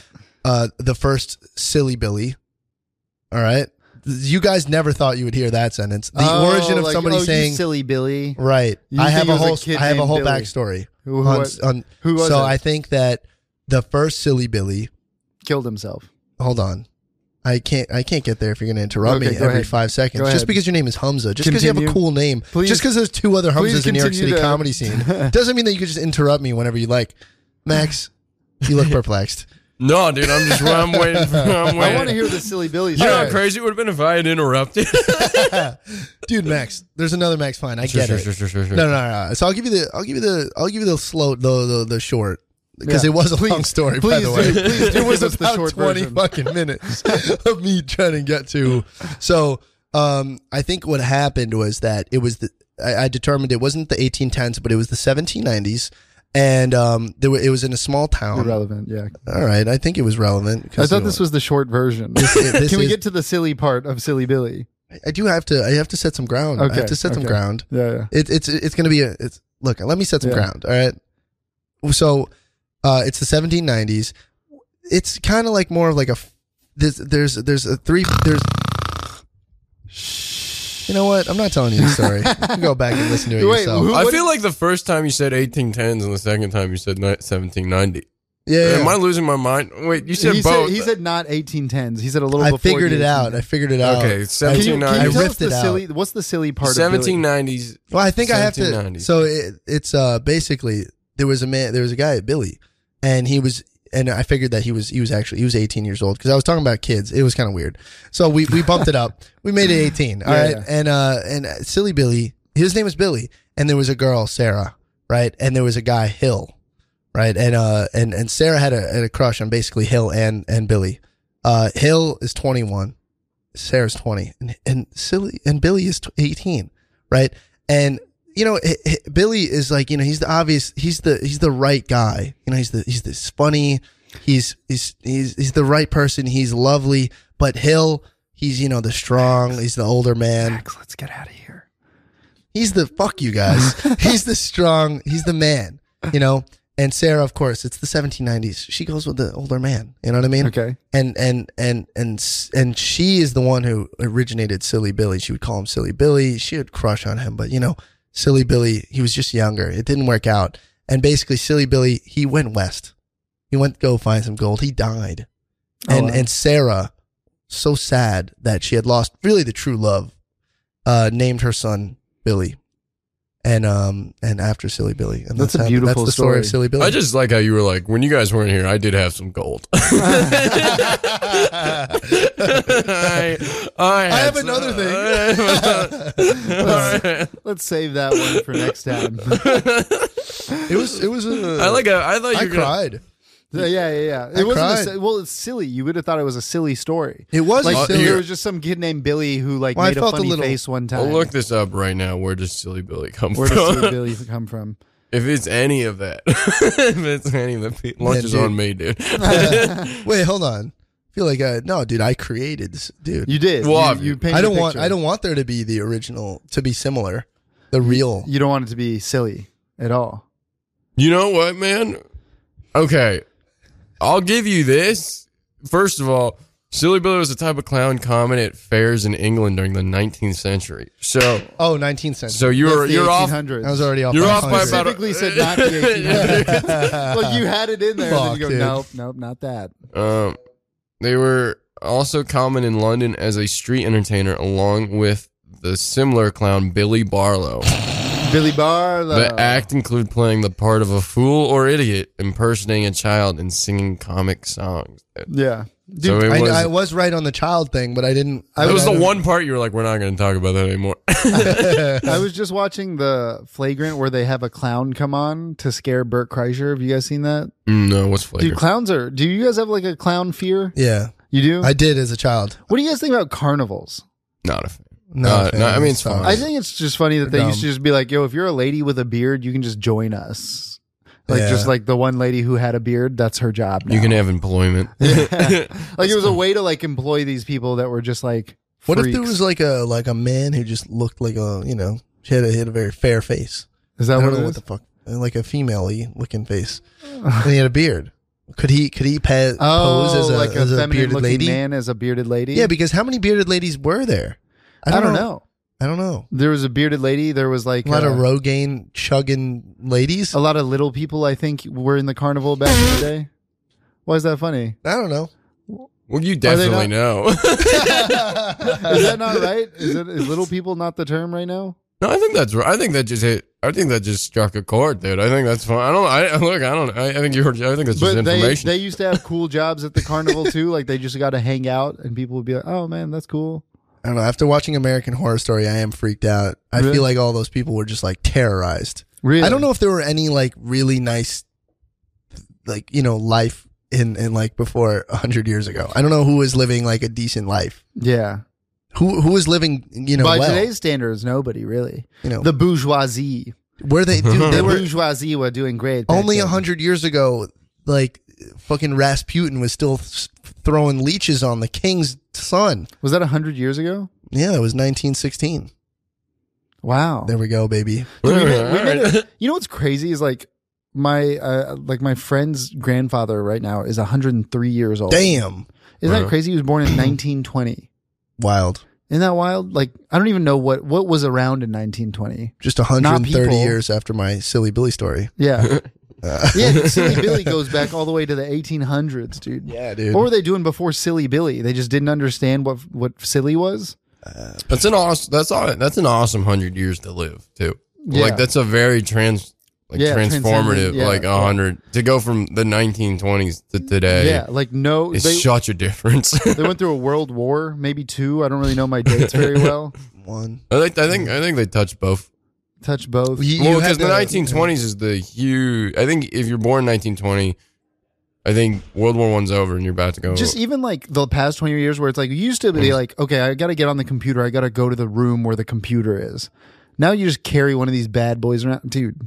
Speaker 2: uh, the first silly Billy. All right, you guys never thought you would hear that sentence. The
Speaker 3: Oh,
Speaker 2: origin of
Speaker 3: like,
Speaker 2: somebody
Speaker 3: oh, you
Speaker 2: saying.
Speaker 3: "Silly Billy."
Speaker 2: Right.
Speaker 3: You
Speaker 2: I
Speaker 3: think
Speaker 2: have
Speaker 3: it
Speaker 2: a
Speaker 3: was a
Speaker 2: whole.
Speaker 3: kid
Speaker 2: I have a
Speaker 3: named
Speaker 2: whole
Speaker 3: Billy.
Speaker 2: backstory.
Speaker 3: Who
Speaker 2: on-
Speaker 3: was-
Speaker 2: on-
Speaker 3: who was
Speaker 2: so
Speaker 3: it?
Speaker 2: I think that the first silly Billy
Speaker 3: Killed himself.
Speaker 2: hold on. I can't. I can't get there if you're going to interrupt
Speaker 3: Okay,
Speaker 2: me
Speaker 3: go
Speaker 2: every
Speaker 3: ahead.
Speaker 2: five seconds.
Speaker 3: Go
Speaker 2: Just
Speaker 3: ahead.
Speaker 2: because your name is Hamza, just because you have a
Speaker 3: Continue.
Speaker 2: cool name,
Speaker 3: Please-
Speaker 2: just because there's two other
Speaker 3: please
Speaker 2: Hamzas in New York City
Speaker 3: continue to-
Speaker 2: comedy scene,
Speaker 3: <laughs>
Speaker 2: doesn't mean that you can just interrupt me whenever you like. Max, you
Speaker 3: <laughs>
Speaker 2: look perplexed.
Speaker 1: no, dude, I'm just I'm waiting. For, I'm
Speaker 3: I want to
Speaker 1: waiting.
Speaker 3: hear the silly Billy.
Speaker 1: You know how
Speaker 3: story.
Speaker 1: crazy it would have been if I had interrupted.
Speaker 2: Dude, Max, there's another Max. Fine, I
Speaker 1: Sure,
Speaker 2: get
Speaker 1: sure,
Speaker 2: it.
Speaker 1: sure, sure, sure, sure.
Speaker 2: No, no, no, no. So I'll give you the. I'll give you the. I'll give you the slow. The the, the short. Because
Speaker 3: Yeah.
Speaker 2: it was a
Speaker 3: Please, <laughs>
Speaker 2: long story, by the
Speaker 3: please
Speaker 2: <laughs>
Speaker 3: do,
Speaker 2: way.
Speaker 3: please do
Speaker 2: it
Speaker 3: give
Speaker 2: was
Speaker 3: us the
Speaker 2: about
Speaker 3: short
Speaker 2: twenty
Speaker 3: version.
Speaker 2: fucking minutes <laughs> of me trying to get to. So um, I think what happened was that it was the. I, I determined it wasn't the 1810s, but it was the 1790s, and um, there were, it was in a small town.
Speaker 3: Irrelevant. Yeah.
Speaker 2: All right, I think it was relevant.
Speaker 3: I Oh. thought this was the short version.
Speaker 2: this
Speaker 3: <laughs> Can we
Speaker 2: is-
Speaker 3: get to the silly part of Silly Billy?
Speaker 2: I do have to. I have to set some ground. I
Speaker 3: Okay,
Speaker 2: have to set some
Speaker 3: okay.
Speaker 2: ground.
Speaker 3: Yeah. yeah.
Speaker 2: It, it's it's gonna be a it's look. Let me set some
Speaker 3: Yeah.
Speaker 2: ground. All right. So, uh, it's the 1790s. It's kind of like more of like a f- there's there's there's a three there's. You know what? I'm not telling you the story. you can go back and listen to it
Speaker 3: <laughs> Wait,
Speaker 2: yourself.
Speaker 3: who-
Speaker 1: I
Speaker 3: What-
Speaker 1: feel like the first time you said 1810s and the second time you said ni- 1790.
Speaker 2: yeah,
Speaker 1: Am I
Speaker 2: yeah.
Speaker 1: losing my mind? Wait, you said
Speaker 3: he,
Speaker 1: both.
Speaker 3: said, he said not 1810s. He said a little.
Speaker 2: I
Speaker 3: before
Speaker 2: figured it
Speaker 3: 1810s.
Speaker 2: out. I figured it out.
Speaker 1: okay,
Speaker 3: Can you, can you
Speaker 1: 1790s.
Speaker 2: I
Speaker 3: tell us
Speaker 2: ripped
Speaker 3: the
Speaker 2: it out.
Speaker 3: silly? What's the silly part? of Billy?
Speaker 1: 1790s.
Speaker 2: Well, I think I have to.
Speaker 1: 1790s.
Speaker 2: So it, it's uh basically there was a man, there was a guy at Billy, and he was, and I figured that he was he was actually he was 18 years old because I was talking about kids. It was kind of weird. So we we bumped it up. We made it 18. All
Speaker 3: Yeah,
Speaker 2: right,
Speaker 3: yeah.
Speaker 2: and uh and uh, silly Billy, his name was Billy, and there was a girl Sarah, right, and there was a guy Hill, right, and uh and and Sarah had a had a crush on basically Hill and and Billy. Uh, Hill is 21. Sarah's 20 and, and silly and Billy is tw- 18, right? And you know, h- h- Billy is like, you know, he's the obvious, he's the he's the right guy. You know, he's the he's this funny, he's he's he's he's the right person, he's lovely, but Hill, he's you know, the strong, he's the older man.
Speaker 3: Max, let's get out of here.
Speaker 2: He's the fuck you guys. he's the strong, he's the man, you know? And Sarah, of course, it's the 1790s. She goes with the older man. You know what I mean?
Speaker 3: Okay.
Speaker 2: and and and and s- and she is the one who originated Silly Billy. She would call him Silly Billy. She had a crush on him, but you know, Silly Billy, he was just younger. It didn't work out. And basically, Silly Billy, he went west. He went to go find some gold. He died,
Speaker 3: Oh,
Speaker 2: and
Speaker 3: wow.
Speaker 2: and Sarah, so sad that she had lost really the true love, uh, named her son Billy, and um and after Silly Billy, and
Speaker 3: That's a
Speaker 2: how-
Speaker 3: beautiful
Speaker 2: that's the story. of
Speaker 3: story.
Speaker 2: Silly Billy.
Speaker 1: I just like how you were like, when you guys weren't here, I did have some gold. <laughs> I, I,
Speaker 2: I have
Speaker 1: had some-
Speaker 2: another thing.
Speaker 1: All right.
Speaker 3: Let's save that one for
Speaker 2: <laughs>
Speaker 3: next time. <laughs>
Speaker 2: it was it was a,
Speaker 1: <laughs> I like. A, I thought you
Speaker 2: I
Speaker 1: were gonna-
Speaker 2: cried.
Speaker 3: yeah, yeah, yeah. It
Speaker 2: I
Speaker 3: wasn't.
Speaker 2: cried.
Speaker 3: A, si- well, it's silly. You would have thought it was a silly story.
Speaker 2: It was
Speaker 3: like
Speaker 2: a
Speaker 1: Uh,
Speaker 2: silly.
Speaker 1: here-
Speaker 3: there was just some kid named Billy who like
Speaker 2: Well, I
Speaker 3: made a
Speaker 2: felt a
Speaker 3: funny
Speaker 2: little-
Speaker 3: face one time.
Speaker 1: I'll look this up right now. Where does Silly Billy come <laughs>
Speaker 3: Where does
Speaker 1: from?
Speaker 3: silly Billy come from?
Speaker 1: if it's any of that, <laughs> if it's any of that, pe- lunch is
Speaker 2: dude.
Speaker 1: on me, dude.
Speaker 2: Wait, hold on. I feel like uh, no, dude. I created this, dude.
Speaker 3: You did.
Speaker 1: Well,
Speaker 3: you, you
Speaker 1: I
Speaker 3: painted
Speaker 2: I
Speaker 3: a
Speaker 2: don't want.
Speaker 3: picture.
Speaker 2: I don't want there to be the original to be similar, the real.
Speaker 3: You don't want it to be silly at all.
Speaker 1: You know what, man? Okay. I'll give you this. First of all, Silly Billy was a type of clown common at fairs in England during the 19th century. So,
Speaker 2: Oh, 19th century.
Speaker 1: so you're
Speaker 3: That's the
Speaker 1: you're off.
Speaker 3: 1800s.
Speaker 2: I was already off.
Speaker 1: You're
Speaker 2: by
Speaker 1: off by
Speaker 2: 100.
Speaker 1: about-
Speaker 3: specifically said not the
Speaker 1: <laughs>
Speaker 3: 1800s. like you had it in there, and then
Speaker 2: Fuck,
Speaker 3: you go,
Speaker 2: dude.
Speaker 3: nope, nope, not that.
Speaker 1: Um, they were also common in London as a street entertainer, along with the similar clown Billy Barlow.
Speaker 3: Billy Barlow.
Speaker 1: The act include playing the part of a fool or idiot, impersonating a child, and singing comic songs.
Speaker 3: <laughs> Yeah. Dude,
Speaker 1: so it
Speaker 2: I,
Speaker 1: was.
Speaker 2: I was right on the child thing, but I didn't. I
Speaker 1: that was
Speaker 2: I
Speaker 1: the
Speaker 2: don't-
Speaker 1: one part you were like, we're not going to talk about that anymore. <laughs>
Speaker 3: I was just watching the flagrant where they have a clown come on to scare Burt Kreischer. Have you guys seen that?
Speaker 1: Mm, no, what's flavor?
Speaker 3: Dude, clowns are. Do you guys have like a clown fear?
Speaker 2: Yeah,
Speaker 3: You do.
Speaker 2: I did as a child.
Speaker 3: what do you guys think about carnivals?
Speaker 1: not a fan.
Speaker 2: No,
Speaker 1: Uh,
Speaker 2: fan.
Speaker 1: no, I mean, it's
Speaker 2: Sorry.
Speaker 1: fine.
Speaker 3: I think it's just funny that they
Speaker 2: Dumb.
Speaker 3: used to just be like, "Yo, if you're a lady with a beard, you can just join us." Like
Speaker 2: Yeah.
Speaker 3: just like the one lady who had a beard, that's her job. Now.
Speaker 1: You can have employment.
Speaker 3: like it was a way to like employ these people that were just like.
Speaker 2: What if
Speaker 3: freaks.
Speaker 2: there was like a like a man who just looked like a you know she had a, he had a very fair face.
Speaker 3: Is
Speaker 2: I
Speaker 3: that
Speaker 2: don't
Speaker 3: what
Speaker 2: know
Speaker 3: it
Speaker 2: what
Speaker 3: was?
Speaker 2: the fuck, like a female-y looking face, and he had a beard. Could he could he pa-
Speaker 3: Oh,
Speaker 2: pose as a,
Speaker 3: like a
Speaker 2: as a
Speaker 3: feminine
Speaker 2: bearded
Speaker 3: looking
Speaker 2: lady?
Speaker 3: man as a bearded lady.
Speaker 2: Yeah, because how many bearded ladies were there?
Speaker 3: I don't, know.
Speaker 2: I don't know.
Speaker 3: There was a bearded lady. There was like
Speaker 2: A lot
Speaker 3: a,
Speaker 2: of Rogaine chugging ladies.
Speaker 3: a lot of little people. I think were in the carnival back in the day. Why is that funny?
Speaker 2: I don't <laughs> know.
Speaker 1: <laughs> Well, you definitely
Speaker 3: not-
Speaker 1: know. <laughs>
Speaker 3: Is that not right? Is it is little people not the term right now?
Speaker 1: no, I think that's right. I think that just hit. I think that just struck a chord, dude. I think that's fine. I don't. I look. I don't. I, I think you were. I think that's just
Speaker 3: But they
Speaker 1: information.
Speaker 3: they used to have cool jobs at the
Speaker 2: <laughs>
Speaker 3: carnival too. Like they just got to hang out, and people would be like, "Oh man, that's cool."
Speaker 2: I don't know. After watching American Horror Story, I am freaked out. I
Speaker 3: Really?
Speaker 2: feel like all those people were just like terrorized.
Speaker 3: Really?
Speaker 2: I don't know if there were any like really nice, like you know, life in in like before hundred years ago. I don't know who was living like a decent life.
Speaker 3: Yeah.
Speaker 2: Who who was living you know
Speaker 3: By
Speaker 2: well?
Speaker 3: today's standards, nobody really.
Speaker 2: you know,
Speaker 3: The bourgeoisie.
Speaker 2: where they dude, <laughs>
Speaker 3: The
Speaker 2: they were
Speaker 3: bourgeoisie were doing great. back
Speaker 2: only
Speaker 3: then.
Speaker 2: hundred years ago. Like fucking Rasputin was still s- throwing leeches on the king's son.
Speaker 3: Was that hundred years ago?
Speaker 2: Yeah, that was 1916.
Speaker 3: Wow.
Speaker 2: There we go, baby.
Speaker 1: All
Speaker 3: we met- we
Speaker 1: <laughs>
Speaker 3: met
Speaker 1: right.
Speaker 3: You know what's crazy is like my uh, like my friend's grandfather right now is 103 years old.
Speaker 2: Damn,
Speaker 3: Isn't that
Speaker 1: Wow.
Speaker 3: crazy? He was born in 1920.
Speaker 2: wild.
Speaker 3: Isn't that wild? Like I don't even know what what was around in 1920.
Speaker 2: Just
Speaker 3: Not
Speaker 2: 130
Speaker 3: people.
Speaker 2: years after my silly Billy story.
Speaker 3: Yeah,
Speaker 2: Uh,
Speaker 3: <laughs> yeah. Silly Billy goes back all the way to the 1800s, dude.
Speaker 2: yeah, dude.
Speaker 3: What were they doing before Silly Billy? They just didn't understand what what silly was.
Speaker 2: uh,
Speaker 1: That's an awesome. That's all. That's an awesome hundred years to live too.
Speaker 3: Yeah.
Speaker 1: Like that's a very trans, like
Speaker 3: Yeah, transcendent,
Speaker 1: transformative.
Speaker 3: yeah.
Speaker 1: like a hundred to go from the 1920s to today.
Speaker 3: yeah, like no,
Speaker 1: it's
Speaker 3: they
Speaker 1: such a difference. <laughs>
Speaker 3: they went through a world war, maybe two. I don't really know my dates very well.
Speaker 2: One.
Speaker 1: I think. I think. I think they touch both.
Speaker 3: Touch both.
Speaker 2: You-
Speaker 1: well,
Speaker 2: you had
Speaker 1: because the
Speaker 2: to-
Speaker 1: 1920s is the huge. I think if you're born 1920, I think World War One's over and you're about to go.
Speaker 3: just even like the past 20 years where it's like you used to be like okay i gotta get on the computer i gotta go to the room where the computer is now you just carry one of these bad boys around dude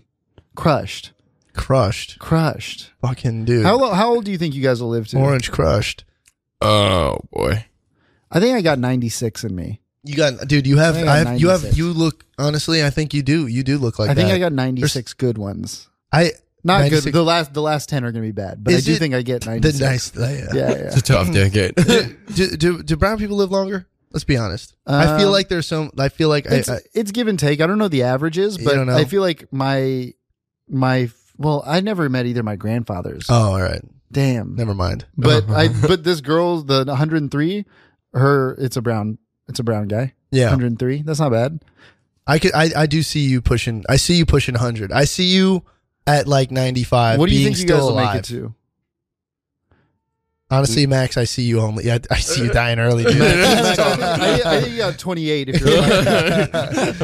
Speaker 3: crushed
Speaker 2: Crushed.
Speaker 3: crushed
Speaker 2: Fucking dude.
Speaker 3: how, lo- how old do you think you guys will live to
Speaker 2: Orange crushed.
Speaker 1: oh boy.
Speaker 3: i think i got 96 in me
Speaker 2: You got, dude. You have,
Speaker 3: I got
Speaker 2: I have, you have,
Speaker 3: 96.
Speaker 2: you look. Honestly, I think you do. You do look like
Speaker 3: i think
Speaker 2: that.
Speaker 3: i got 96 good ones
Speaker 2: I
Speaker 3: not
Speaker 2: 96
Speaker 3: good the last the last 10 are gonna be bad but i
Speaker 2: Is
Speaker 3: do
Speaker 2: it
Speaker 3: think i get
Speaker 2: the
Speaker 3: 96
Speaker 2: nice. yeah.
Speaker 3: yeah yeah
Speaker 1: It's a tough decade. <laughs>
Speaker 3: <laughs>
Speaker 2: do, do do brown people live longer? Let's be honest. I feel
Speaker 3: Um,
Speaker 2: like there's some. I feel like I,
Speaker 3: it's,
Speaker 2: I
Speaker 3: it's give and take. I don't know the averages,
Speaker 2: You
Speaker 3: but
Speaker 2: don't know?
Speaker 3: I feel like my my well, I never met either my grandfathers.
Speaker 2: Oh, all right.
Speaker 3: Damn,
Speaker 2: Never mind.
Speaker 3: But
Speaker 1: Uh-huh.
Speaker 3: I but this girl, the 103, her it's a brown it's a brown guy.
Speaker 2: Yeah,
Speaker 3: 103. That's not bad.
Speaker 2: I could. I, I do see you pushing. I see you pushing hundred. I see you at like ninety five.
Speaker 1: Uh,
Speaker 3: what do you think you
Speaker 2: still
Speaker 3: guys will
Speaker 2: alive.
Speaker 3: make it
Speaker 1: <laughs>
Speaker 3: to?
Speaker 2: Honestly, Max, I see you only. I, I see you dying
Speaker 3: <laughs>
Speaker 2: early. Dude.
Speaker 3: I, I think you got 28 if you're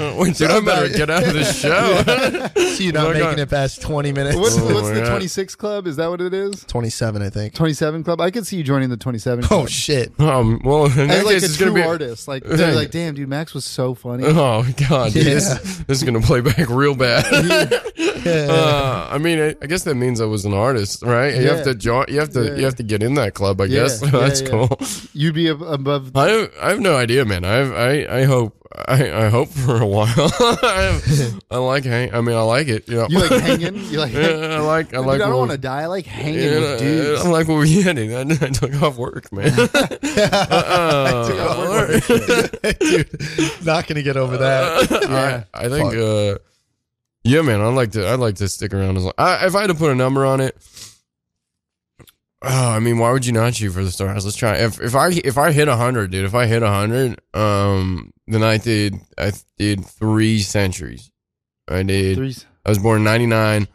Speaker 1: <laughs>
Speaker 3: like,
Speaker 1: Wait, dude, I better get out of this show.
Speaker 3: <laughs>
Speaker 2: see you not
Speaker 1: Look,
Speaker 2: making
Speaker 3: uh,
Speaker 1: I-
Speaker 2: it past twenty minutes.
Speaker 3: What's,
Speaker 1: Oh
Speaker 3: what's
Speaker 1: my
Speaker 3: the
Speaker 1: God.
Speaker 3: 26 club? Is that what it is?
Speaker 2: Twenty seven, I think.
Speaker 3: 27 club? I could see you joining the 27 club.
Speaker 2: Oh shit!
Speaker 1: Um, well, in
Speaker 3: As
Speaker 1: that
Speaker 3: like
Speaker 1: case,
Speaker 3: a
Speaker 1: it's gonna
Speaker 3: true
Speaker 1: be.
Speaker 3: artist. Like, they're like, damn, dude, Max was so funny.
Speaker 1: Oh god, dude, this, this is gonna play back real bad.
Speaker 3: <laughs>
Speaker 1: <laughs> uh, I mean, I, I guess that means I was an artist, right? You
Speaker 3: Yeah.
Speaker 1: have to join. You have to. You
Speaker 3: Yeah.
Speaker 1: have to get in that club. I
Speaker 3: Yeah.
Speaker 1: guess <laughs>
Speaker 3: Yeah,
Speaker 1: that's
Speaker 3: yeah.
Speaker 1: cool.
Speaker 3: You'd be ab- above.
Speaker 1: I have, I have no idea, man. I've, I I hope I, I hope for a while. <laughs> I, have, I like hang. I mean, I like it. You know,
Speaker 3: You like hanging? You
Speaker 1: <laughs>
Speaker 3: like,
Speaker 1: Yeah, I like I like.
Speaker 3: dude, I don't
Speaker 1: what
Speaker 3: want
Speaker 1: we-
Speaker 3: to die. I like hanging
Speaker 1: yeah,
Speaker 3: with dudes.
Speaker 1: I like what we had. I, <laughs> I took off work,
Speaker 3: <laughs>
Speaker 1: man. Uh,
Speaker 2: <laughs> Dude, not gonna get
Speaker 3: <laughs>
Speaker 2: over that.
Speaker 1: <laughs> I, Uh-uh. I think, uh, yeah, man. I'd like to. I'd like to stick around as long. I, if I had to put a number on it, oh, I mean, why would you not shoot for the stars? Let's try. If if I if I hit hundred, dude. If I hit hundred, um, then I did. I did three centuries. I did.
Speaker 3: Threes.
Speaker 1: I was born in ninety nine,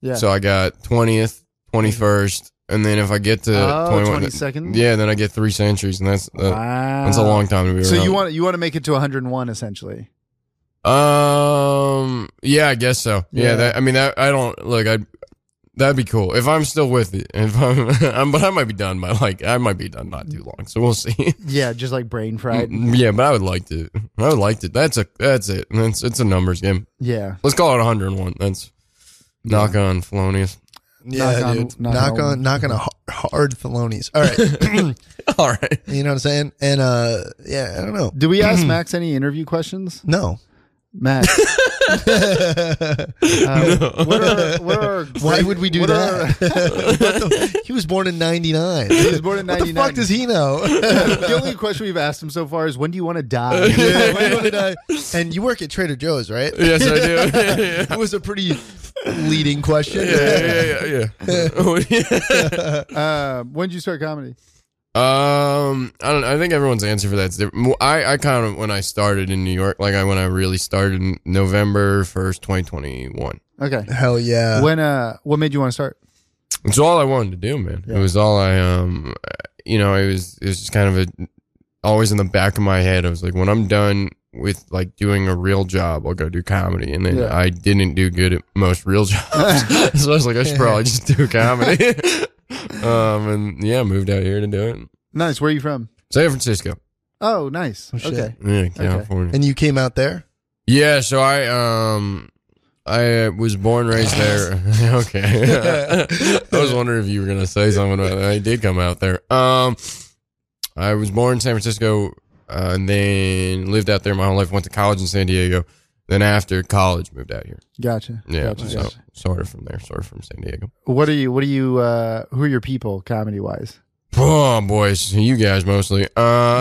Speaker 3: Yeah.
Speaker 1: so I got twentieth, twenty first, and then if I get to
Speaker 3: Oh,
Speaker 1: 21
Speaker 3: 20 seconds?
Speaker 1: uh, yeah, then I get three centuries, and that's uh,
Speaker 3: wow.
Speaker 1: that's a long time to be.
Speaker 3: So
Speaker 1: around.
Speaker 3: you want you want to make it to 101 essentially.
Speaker 1: Um. Yeah, I guess so. Yeah.
Speaker 3: Yeah.
Speaker 1: that, I mean, that I don't look. I that'd be cool if I'm still with it. If I'm, <laughs> I'm, but I might be done by like I might be done not too long. So we'll see.
Speaker 3: Yeah, just like brain
Speaker 1: <laughs>
Speaker 3: fried.
Speaker 2: Mm-hmm.
Speaker 1: yeah, but I would like to. I would like to. That's a. That's it. That's it's a numbers game.
Speaker 3: Yeah.
Speaker 1: Let's call it 101. That's knock on
Speaker 3: <laughs>
Speaker 1: Felonious.
Speaker 2: Yeah,
Speaker 3: Knock on-
Speaker 2: dude.
Speaker 3: knock
Speaker 2: knock
Speaker 3: on-
Speaker 2: on knock on a har- hard felonies. All right,
Speaker 3: <laughs>
Speaker 1: All right.
Speaker 2: you know what I'm saying? And uh, yeah, I don't know.
Speaker 3: Did
Speaker 2: <clears throat>
Speaker 3: we ask Max any interview questions?
Speaker 2: No, <laughs>
Speaker 3: Max, uh, what are what
Speaker 2: <laughs>
Speaker 3: are
Speaker 2: why would we do
Speaker 1: <laughs>
Speaker 3: what are-
Speaker 2: that? What the- he was born in '99.
Speaker 3: he was born in
Speaker 2: What the
Speaker 3: 99.
Speaker 2: fuck does
Speaker 1: <laughs>
Speaker 2: he know? <laughs>
Speaker 3: the only question we've asked him so far is when do you want to die?
Speaker 2: <laughs> Yeah, when you wanna die- and you work at Trader Joe's, right?
Speaker 1: Yes,
Speaker 2: <laughs>
Speaker 1: I do. <laughs> yeah.
Speaker 2: It was a pretty leading question.
Speaker 1: Yeah, yeah, yeah, <laughs> yeah.
Speaker 3: Uh, when did you start comedy?
Speaker 1: Um, I don't. know. I think everyone's answer for that's different. Mo- I I kind of when I started in New York, like I when I really started in November first, twenty twenty one.
Speaker 3: Okay.
Speaker 2: Hell yeah.
Speaker 3: when uh what made you want to start?
Speaker 1: It's all I wanted to do, man. It was all I um, you know, it was it was just kind of a always in the back of my head. I was like, when I'm done with like doing a real job, I'll go do comedy. And then
Speaker 3: Yeah.
Speaker 1: I didn't do good at most real jobs, <laughs> so I was like, I should probably just do comedy. <laughs> um, and yeah, moved out here to do it.
Speaker 3: Nice. Where are you from?
Speaker 1: San Francisco,
Speaker 3: Oh, nice.
Speaker 2: Oh, shit.
Speaker 3: okay.
Speaker 1: yeah, California.
Speaker 2: and you came out there?
Speaker 1: Yeah, so I um I uh, was born raised there. <laughs> okay. <laughs> I was wondering if you were going to say something about that. I did come out there. Um I was born in San Francisco uh, and then lived out there my whole life, went to college in San Diego. Then after college moved out here.
Speaker 3: Gotcha.
Speaker 1: Yeah.
Speaker 3: Gotcha.
Speaker 1: so
Speaker 3: gotcha.
Speaker 1: sort of from there, sort of from San Diego.
Speaker 3: What are you what are you uh who are your people comedy wise?
Speaker 1: Oh boys, you guys mostly. <laughs> Uh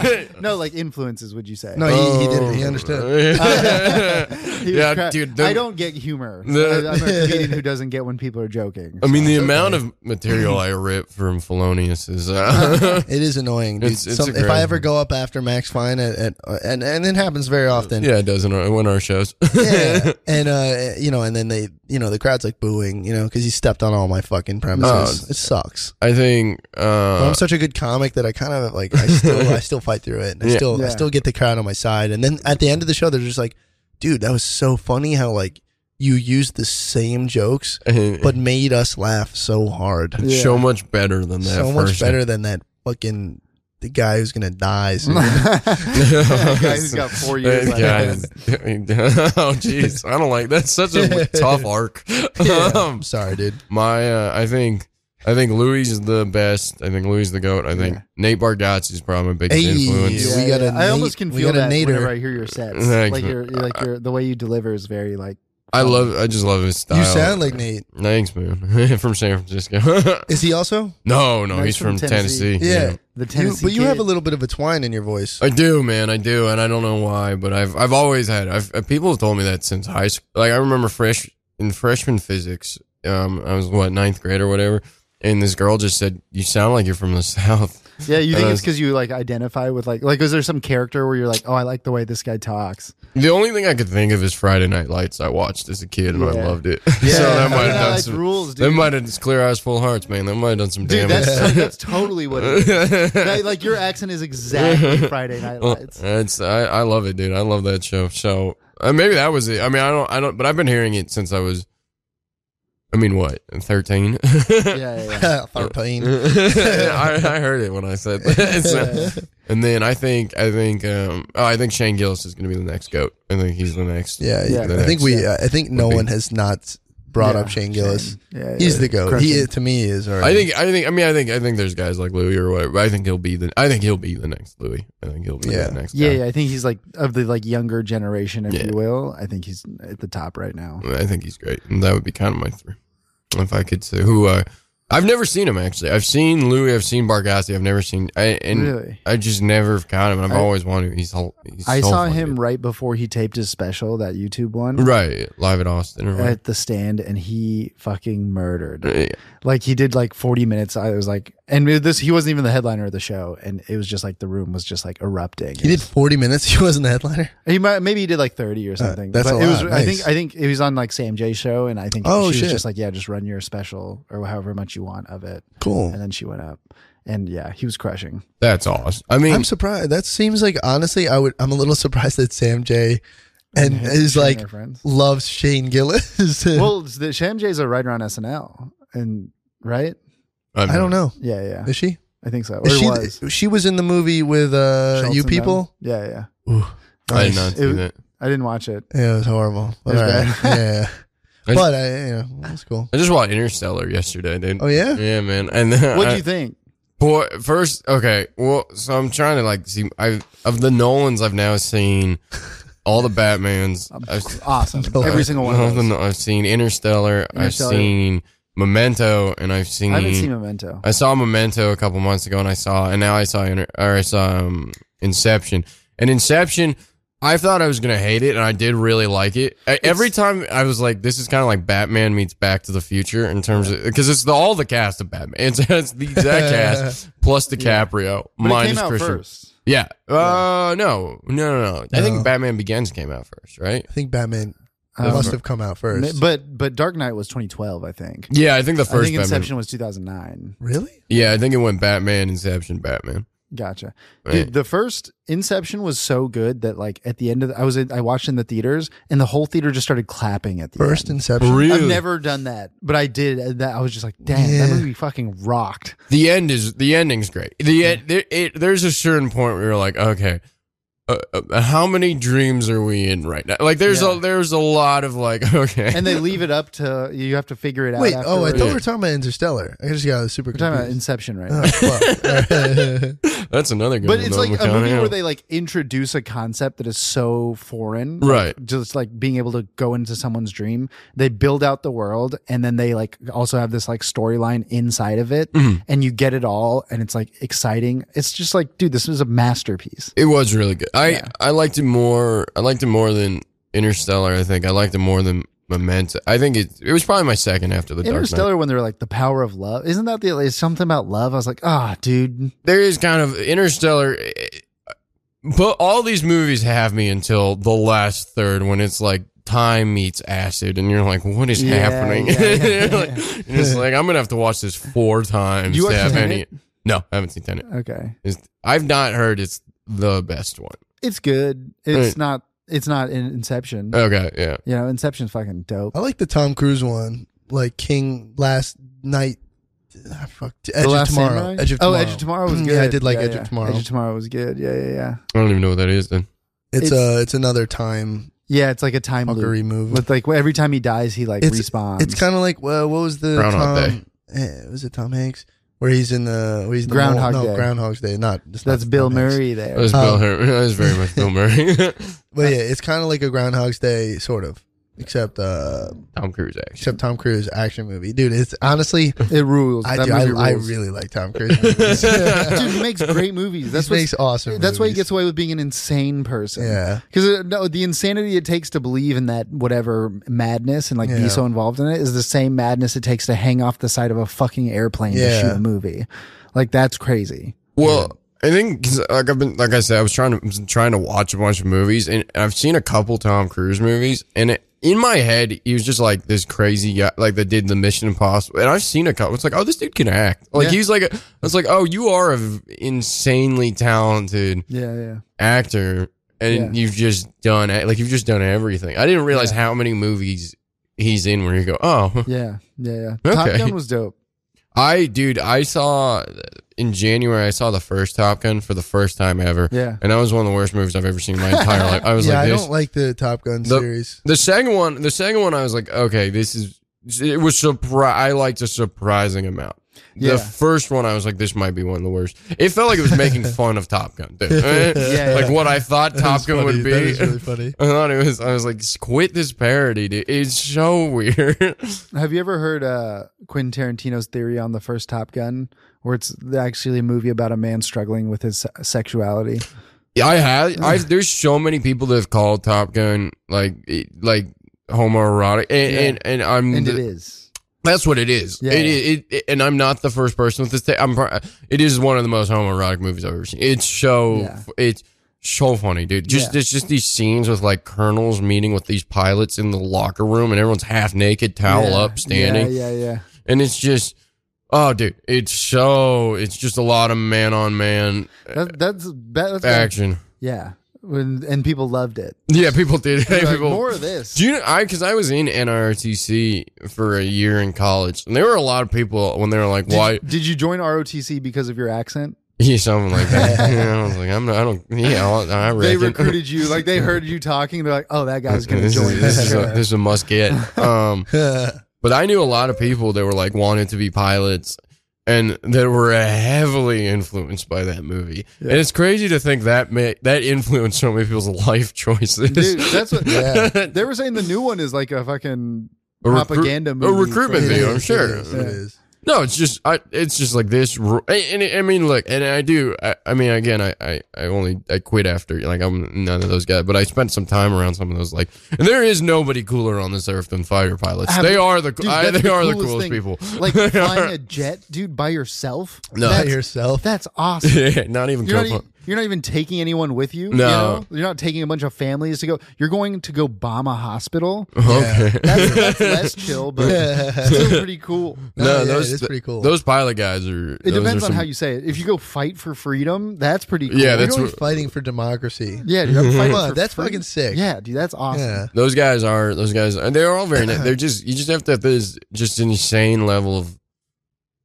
Speaker 1: Oh.
Speaker 3: No, like influences would you say?
Speaker 2: No, he, he did. He understood.
Speaker 1: <laughs>
Speaker 3: <laughs> He was
Speaker 1: yeah,
Speaker 3: cra-
Speaker 1: dude.
Speaker 3: I
Speaker 1: the-
Speaker 3: don't get humor.
Speaker 1: <laughs> the-
Speaker 3: I, am a comedian who doesn't get when people are joking.
Speaker 1: I mean, the amount of material
Speaker 2: <laughs>
Speaker 1: I rip from Felonious is. Uh,
Speaker 2: It is annoying, dude.
Speaker 1: It's- it's
Speaker 2: Some-
Speaker 1: a
Speaker 2: if
Speaker 1: great-
Speaker 2: I ever go up after Max Fine, at, at, and and it happens very often.
Speaker 1: yeah, it does in our, when our shows. <laughs>
Speaker 2: Yeah. and uh, you know, and then they, you know, the crowd's like booing, you know, because he stepped on all my fucking premises.
Speaker 1: No.
Speaker 2: it sucks.
Speaker 1: I think.
Speaker 2: But
Speaker 1: Uh,
Speaker 2: I'm such a good comic that I kind of like. I still, I still fight through it. And I
Speaker 1: <laughs> Yeah.
Speaker 2: still,
Speaker 3: Yeah.
Speaker 2: I still get the crowd on my side. And then at the end of the show, they're just like, "Dude, that was so funny how like you used the same jokes, but made us laugh so hard,
Speaker 3: Yeah.
Speaker 1: so much better than that.
Speaker 2: so much
Speaker 1: first
Speaker 2: better than that fucking the guy who's gonna die."
Speaker 3: <laughs>
Speaker 2: Soon.
Speaker 1: <laughs>
Speaker 2: <laughs>
Speaker 1: That
Speaker 3: guy who's got four years left.
Speaker 1: guy is- <laughs> oh jeez, I don't like that's such
Speaker 2: <laughs>
Speaker 1: a tough arc. Um,
Speaker 2: I'm sorry, dude.
Speaker 1: my, uh, I think. I think Louis is the best. I think Louis is the goat. I think Nate Bargatze is probably my biggest
Speaker 2: Hey,
Speaker 1: influence.
Speaker 2: we got a
Speaker 3: I
Speaker 2: Nate-
Speaker 3: almost can
Speaker 2: we
Speaker 3: feel
Speaker 2: got a
Speaker 3: that
Speaker 2: Nader.
Speaker 3: whenever I hear your sets.
Speaker 1: Thanks,
Speaker 3: like
Speaker 1: man.
Speaker 3: your like your the way you deliver is very like
Speaker 1: I love. I just love his style.
Speaker 2: You sound like Nate.
Speaker 1: thanks, man. <laughs> from San Francisco. <laughs>
Speaker 2: Is he also?
Speaker 1: No, no,
Speaker 3: No,
Speaker 1: he's from, Tennessee.
Speaker 2: Yeah.
Speaker 3: the
Speaker 2: You,
Speaker 3: Tennessee.
Speaker 2: but you have
Speaker 3: kid.
Speaker 2: a little bit of a twine in your voice.
Speaker 1: I do, man. I do, and I don't know why, but I've I've always had. I've uh, people have told me that since high school. Like I remember fresh in freshman physics. Um, I was what ninth grade or whatever, and this girl just said, "You sound like you're from the <laughs> south."
Speaker 3: Yeah, you think
Speaker 1: Uh,
Speaker 3: it's because you like identify with like like is there some character where you're like, oh, I like the way this guy talks?
Speaker 1: The only thing I could think of is Friday Night Lights. I watched as a kid and I
Speaker 3: Yeah.
Speaker 1: loved it. <laughs> so that might have
Speaker 3: Yeah,
Speaker 1: done
Speaker 3: like
Speaker 1: some.
Speaker 3: rules,
Speaker 1: That
Speaker 3: dude.
Speaker 1: might have just clear eyes, full hearts, man. That might have done some
Speaker 3: dude,
Speaker 1: damage.
Speaker 3: that's, that's totally what it
Speaker 1: <laughs>
Speaker 3: is. That- like your accent is exactly Friday Night
Speaker 1: Well,
Speaker 3: Lights.
Speaker 1: Uh, It's I, I love it, dude. I love that show. So uh, maybe that was it. I mean, I don't, I don't, but I've been hearing it since I was. I mean, what thirteen?
Speaker 2: <laughs>
Speaker 3: Yeah, yeah, yeah.
Speaker 1: Oh,
Speaker 2: Farpain.
Speaker 1: <laughs> I, I heard it when I
Speaker 2: <laughs>
Speaker 1: said that. So- and then I think I think um oh, I think Shane Gillis is going to be the next goat. I think he's the next.
Speaker 2: Yeah,
Speaker 3: Yeah.
Speaker 2: I think we. uh, I think no
Speaker 1: Would be-
Speaker 2: one has not brought up
Speaker 3: Yeah,
Speaker 2: Shane Gillis.
Speaker 3: Shane. Yeah, yeah,
Speaker 2: He's
Speaker 3: yeah.
Speaker 2: the goat.
Speaker 3: Crushing.
Speaker 2: He to me he is. Already.
Speaker 1: I think I think I mean I think I think there's guys like Louis or whatever. But I think he'll be the I think he'll be the next Louis. I think he'll be
Speaker 2: Yeah.
Speaker 1: the next.
Speaker 3: yeah,
Speaker 1: guy.
Speaker 3: yeah, I think he's like of the like younger generation, if
Speaker 1: Yeah.
Speaker 3: you will. I think he's at the top right now.
Speaker 1: I think he's great. And that would be kind of my three. If I could say who I, I've never seen him actually. I've seen Louis. I've seen Bargassi. I've never seen. I and
Speaker 3: Really?
Speaker 1: I just never have caught him. And I've
Speaker 3: I-
Speaker 1: always wanted. He's, hel- he's
Speaker 3: I
Speaker 1: so
Speaker 3: saw
Speaker 1: funny.
Speaker 3: him right before he taped his special, that YouTube one,
Speaker 1: right live at Austin. Or
Speaker 3: at the stand, and he fucking murdered.
Speaker 1: whatever.
Speaker 3: Like he did like 40 minutes. I was like, And we- this, he wasn't even the headliner of the show, and it was just like the room was just like erupting.
Speaker 2: He did 40 minutes. <laughs> He wasn't the headliner.
Speaker 3: He might, maybe he did like thirty or something.
Speaker 2: that's
Speaker 3: but
Speaker 2: a
Speaker 3: it was
Speaker 2: lot.
Speaker 3: I think
Speaker 2: Nice.
Speaker 3: I think it was on like Sam J show, and I think
Speaker 2: Oh,
Speaker 3: she
Speaker 2: shit.
Speaker 3: was just like, yeah, just run your special or however much you want of it.
Speaker 2: Cool.
Speaker 3: And then she went up, and yeah, he was crushing.
Speaker 1: That's awesome. I mean,
Speaker 2: I'm surprised. That seems like honestly, I would. I'm a little <laughs> surprised that Sam J. and
Speaker 3: him
Speaker 2: is
Speaker 3: and
Speaker 2: like <laughs>
Speaker 3: their friends.
Speaker 2: loves Shane Gillis. <laughs>
Speaker 3: well, it's the Sam J's a writer on SNL, and right,
Speaker 2: I don't know.
Speaker 3: yeah, yeah,
Speaker 2: Is she?
Speaker 3: I think so. Or
Speaker 2: Is
Speaker 3: it
Speaker 2: she?
Speaker 3: was
Speaker 2: She was in the movie with uh,
Speaker 3: Schultz
Speaker 2: you
Speaker 3: and them.
Speaker 2: people.
Speaker 3: Yeah, yeah.
Speaker 1: I did not
Speaker 3: It-
Speaker 1: see that.
Speaker 3: I didn't watch it.
Speaker 2: Yeah, it was horrible. But
Speaker 3: It was
Speaker 2: all right.
Speaker 3: <laughs>
Speaker 2: yeah,
Speaker 1: I just,
Speaker 2: but I, yeah, that's cool.
Speaker 1: I just watched Interstellar yesterday, dude.
Speaker 2: Oh yeah,
Speaker 1: Yeah, man. And then
Speaker 3: What
Speaker 1: I-
Speaker 3: do you think?
Speaker 1: <laughs> Boy, first, okay. Well, so I'm trying to like see. I of the Nolans, I've now seen all the Batman's. I've,
Speaker 2: <laughs>
Speaker 3: Awesome. Every single one
Speaker 1: all
Speaker 3: of
Speaker 1: the
Speaker 3: those.
Speaker 1: No- I've seen Interstellar, I've
Speaker 3: Interstellar.
Speaker 1: seen Memento, and I've seen.
Speaker 3: I
Speaker 1: I,
Speaker 3: haven't seen Memento.
Speaker 2: Uh,
Speaker 1: saw Memento a couple months ago, and I saw, and now I saw, Inter- or I saw um, Inception. And Inception, I thought I was gonna hate it, and I did really like it. I, every time I was like, "This is kind of like Batman meets Back to the Future" in terms of because it's the, all the cast of Batman. It's, it's the exact
Speaker 3: <laughs>
Speaker 1: cast plus DiCaprio
Speaker 3: But it
Speaker 1: minus
Speaker 3: came out
Speaker 1: Christian.
Speaker 3: first.
Speaker 1: Yeah. Uh, no, no, no, no. I
Speaker 2: No.
Speaker 1: think Batman Begins came out first, right?
Speaker 2: I think Batman
Speaker 3: Um,
Speaker 2: must have come out first.
Speaker 3: But but Dark Knight was 2012, I think.
Speaker 1: Yeah, I think the
Speaker 3: I
Speaker 1: first
Speaker 3: think
Speaker 1: Batman.
Speaker 3: Inception was 2009.
Speaker 2: really?
Speaker 1: Yeah, I think it went Batman, Inception, Batman.
Speaker 3: Gotcha.
Speaker 1: Right.
Speaker 3: Dude, the first Inception was so good that like at the end of the, I was in, I watched in the theaters and the whole theater just started clapping at the
Speaker 2: First
Speaker 3: end.
Speaker 2: Inception.
Speaker 3: I've never done that, but I did. and That I was just like, damn,
Speaker 2: Yeah.
Speaker 3: that movie fucking rocked.
Speaker 1: the end is the ending's great. The end, there, it, there's a certain point where you're like, okay, uh, uh, how many dreams are we in right now? Like, there's
Speaker 3: Yeah.
Speaker 1: a there's a lot of like, <laughs> okay,
Speaker 3: <laughs> And they leave it up to you have to figure it out.
Speaker 2: Wait. Oh, I
Speaker 3: afterwards.
Speaker 2: thought we were talking about Interstellar. I just got super
Speaker 3: we're talking about
Speaker 2: confused.
Speaker 3: Inception right now.
Speaker 2: Oh, fuck.
Speaker 1: that's another good.
Speaker 3: But
Speaker 1: one,
Speaker 3: it's
Speaker 1: though,
Speaker 3: like a movie
Speaker 1: McConaughey.
Speaker 3: where they like introduce a concept that is so foreign,
Speaker 1: Right.
Speaker 3: Like, just like being able to go into someone's dream. They build out the world, and then they like also have this like storyline inside of
Speaker 2: Mm.
Speaker 3: it,
Speaker 1: Mm-hmm.
Speaker 3: and you get it all, and it's like exciting. It's just like, dude, this is a masterpiece.
Speaker 1: It was really good. I I liked it more. I liked it more than Interstellar. I think I liked it more than Memento. I think it it was probably my second after the Dark Knight.
Speaker 3: Interstellar, when they were like the power of love, isn't that the it's something about love? I was like, ah, dude,
Speaker 1: There is kind of Interstellar. eh, But all these movies have me until the last third when it's like time meets acid and you're like, what is
Speaker 3: Yeah,
Speaker 1: happening?
Speaker 3: yeah, yeah,
Speaker 1: <laughs> You're like- you're
Speaker 3: <laughs>
Speaker 1: just like, I'm gonna have to watch this four times
Speaker 3: You
Speaker 1: to
Speaker 3: watched
Speaker 1: have any.
Speaker 3: Tenet?
Speaker 1: No, I haven't seen Tenet.
Speaker 3: okay,
Speaker 1: It's, I've not heard it's the best one.
Speaker 3: it's good. It's
Speaker 1: Right.
Speaker 3: not. It's not in Inception.
Speaker 2: Uh,
Speaker 1: Okay, yeah.
Speaker 3: you know, Inception's fucking dope.
Speaker 2: I like the Tom Cruise one, like King Last Night. ah, fuck, Edge of
Speaker 3: Last
Speaker 2: Tomorrow.
Speaker 3: Samurai?
Speaker 2: Edge of
Speaker 3: Oh,
Speaker 2: Tomorrow. Mm,
Speaker 3: Edge of Tomorrow was
Speaker 2: Yeah,
Speaker 3: good.
Speaker 2: I did like Edge of
Speaker 3: yeah.
Speaker 2: Tomorrow.
Speaker 3: Edge of Tomorrow was good. Yeah, yeah, yeah.
Speaker 1: I don't even know what that is then.
Speaker 2: It's,
Speaker 3: It's-
Speaker 2: uh, it's another time
Speaker 3: Yeah, it's like a time loop.
Speaker 2: fuckery move.
Speaker 3: With like every time he dies, he like respawns.
Speaker 2: It's kind of like well, what was the
Speaker 1: Groundhog
Speaker 2: Tom, eh, was it Tom Hanks where he's in the where he's the
Speaker 3: Groundhog
Speaker 2: mole- no,
Speaker 3: Day.
Speaker 2: Groundhog's Day. Not it's not
Speaker 3: that's Bill
Speaker 2: Tom Hanks.
Speaker 3: Murray
Speaker 1: That
Speaker 3: there.
Speaker 1: was Bill
Speaker 2: Oh.
Speaker 1: Murray. <laughs> That was very much Bill Murray. <laughs>
Speaker 2: But yeah, it's kind of like a Groundhog's Day sort of, except uh,
Speaker 1: Tom Cruise <laughs>
Speaker 3: <laughs>
Speaker 1: actually.
Speaker 2: except Tom Cruise action movie. Dude, it's honestly
Speaker 3: It rules.
Speaker 2: I
Speaker 3: That
Speaker 2: do, I,
Speaker 3: movie
Speaker 2: I
Speaker 3: rules.
Speaker 2: really like Tom Cruise. movies. <laughs>
Speaker 3: <laughs> dude he makes great movies. That's
Speaker 2: he
Speaker 3: what.
Speaker 2: makes awesome.
Speaker 3: That's why he
Speaker 2: movies.
Speaker 3: gets away with being an insane person.
Speaker 2: Yeah.
Speaker 3: because no, the insanity it takes to believe in that whatever madness and like
Speaker 2: Yeah.
Speaker 3: be so involved in it is the same madness it takes to hang off the side of a fucking airplane
Speaker 2: Yeah.
Speaker 3: to shoot a movie. Like that's crazy.
Speaker 1: Well, I think 'cause, like I've been like I said, I was trying to was trying to watch a bunch of movies, and I've seen a couple Tom Cruise movies, and it, in my head he was just like this crazy guy, like that did the Mission Impossible, and I've seen a couple. It's like, oh, this dude can act. Like
Speaker 3: Yeah.
Speaker 1: he's like, a, I was like, oh, you are an insanely talented
Speaker 3: Yeah, yeah.
Speaker 1: actor, and
Speaker 3: Yeah.
Speaker 1: you've just done e, like you've just done everything. I didn't realize how many movies he's in where you go, oh, <laughs>
Speaker 3: Yeah, yeah, yeah.
Speaker 1: Okay.
Speaker 3: Top Gun was dope.
Speaker 1: I dude, I saw in January. I saw the first Top Gun for the first time ever.
Speaker 3: Yeah.
Speaker 1: and that was one of the worst movies I've ever seen in my entire life. I was
Speaker 2: <laughs> yeah,
Speaker 1: like,
Speaker 2: I
Speaker 1: this.
Speaker 2: don't like the Top Gun
Speaker 1: The-
Speaker 2: series.
Speaker 1: the second one, the second one, I was like, okay, this is. It was surprise. I liked a surprising amount.
Speaker 3: Yeah.
Speaker 1: The first one, I was like, this might be one of the worst. It felt like it was
Speaker 2: <laughs>
Speaker 1: making fun of Top Gun, dude.
Speaker 3: yeah.
Speaker 1: like what I thought Top
Speaker 2: That's
Speaker 1: Gun
Speaker 2: funny.
Speaker 1: would be.
Speaker 2: That is really funny.
Speaker 1: <laughs> I thought it was. I was like, quit this parody, dude. It's so weird. <laughs>
Speaker 3: Have you ever heard uh, Quentin Tarantino's theory on the first Top Gun, where it's actually a movie about a man struggling with his se- sexuality?
Speaker 1: Yeah, I have. I there's so many people that have called Top Gun like it- like homoerotic, and and, and I'm
Speaker 2: Mm,
Speaker 3: And
Speaker 1: the-
Speaker 3: it is.
Speaker 1: That's what it is.
Speaker 3: Yeah.
Speaker 1: It, it, it and I'm not the first person with this. Th- I'm. pro- It is one of the most homoerotic movies I've ever seen. It's so
Speaker 3: Yeah.
Speaker 1: it's so funny, dude. Just
Speaker 3: Yeah.
Speaker 1: there's just these scenes with like colonels meeting with these pilots in the locker room, and everyone's half naked, towel
Speaker 3: Yeah.
Speaker 1: up, standing,
Speaker 3: Yeah, yeah, yeah.
Speaker 1: and it's just. Oh, dude! It's so it's just a lot of man on man
Speaker 3: That, that's that, that's
Speaker 1: action.
Speaker 3: yeah. When, and people loved it.
Speaker 1: Yeah, people did.
Speaker 3: They're like,
Speaker 1: people,
Speaker 3: More of this.
Speaker 1: Do you know? I because I was in NRTC for a year in college, and there were a lot of people when they were like, <laughs>
Speaker 3: Did-
Speaker 1: "Why?"
Speaker 3: Did, you join ROTC because of your accent?
Speaker 1: Yeah, something like
Speaker 3: <laughs>
Speaker 1: that. <laughs> yeah, I was like, I'm not, I don't. Yeah, I, I reckon.
Speaker 3: They recruited you, like they heard you talking. They're like, "Oh, that guy's gonna
Speaker 1: <laughs> this,
Speaker 3: join
Speaker 1: is, this, is a,
Speaker 3: us."
Speaker 1: this is a must
Speaker 3: <laughs>
Speaker 1: get. Um, but I knew a lot of people that were like wanted to be pilots, and that were heavily influenced by that movie.
Speaker 3: Yeah.
Speaker 1: And it's crazy to think that ma- that influenced so many people's <laughs> life choices.
Speaker 3: Dude, that's
Speaker 1: <laughs>
Speaker 3: what
Speaker 2: Yeah.
Speaker 3: they were saying. The new one is like a fucking
Speaker 1: A recruit-
Speaker 3: propaganda
Speaker 1: a
Speaker 3: movie.
Speaker 1: recruitment
Speaker 3: for-
Speaker 2: It
Speaker 1: video,
Speaker 2: is,
Speaker 1: I'm
Speaker 2: it
Speaker 1: sure.
Speaker 2: is, it is.
Speaker 1: No, it's just I. It's just like this. ru- And, and I mean, look, and I do. I, I mean, again, I, I, I only I quit after. Like I'm none of those guys, but I spent some time around some of those. Like, and there is nobody cooler on this earth than fighter pilots.
Speaker 3: Ah,
Speaker 1: they
Speaker 3: but-
Speaker 1: are the
Speaker 3: Dude,
Speaker 1: I,
Speaker 3: that's
Speaker 1: they are the coolest
Speaker 3: thing.
Speaker 1: people. <laughs>
Speaker 3: Like
Speaker 1: They
Speaker 3: flying
Speaker 1: are-
Speaker 3: a jet, dude, by yourself.
Speaker 1: No.
Speaker 2: By
Speaker 3: that's,
Speaker 1: <laughs>
Speaker 2: yourself.
Speaker 3: that's awesome.
Speaker 1: yeah, not even
Speaker 3: You're
Speaker 1: co
Speaker 3: not, e- you're not even taking anyone with you. you
Speaker 1: No.
Speaker 3: know? you're not taking a bunch of families to go. You're going to go bomb a hospital.
Speaker 1: <laughs> Okay.
Speaker 3: e-,
Speaker 2: <laughs>
Speaker 3: That's, that's less chill, but still pretty cool.
Speaker 1: No,
Speaker 2: No, yeah,
Speaker 1: those
Speaker 2: it is pretty cool.
Speaker 1: Those pilot guys are.
Speaker 3: It depends on how you say it. If you go fight for freedom, that's pretty cool.
Speaker 1: Yeah,
Speaker 2: We're
Speaker 1: that's
Speaker 2: doing
Speaker 1: what-
Speaker 2: fighting for democracy.
Speaker 3: <laughs> yeah, dude,
Speaker 2: <laughs>
Speaker 3: I'm fighting
Speaker 2: Fuck,
Speaker 3: for
Speaker 2: that's
Speaker 3: free-
Speaker 2: fucking sick.
Speaker 3: Yeah, dude, that's awesome.
Speaker 2: Yeah.
Speaker 1: Those guys are those guys, and they're all
Speaker 3: <coughs>
Speaker 1: very. nice. They're just you just have to have this just insane level of,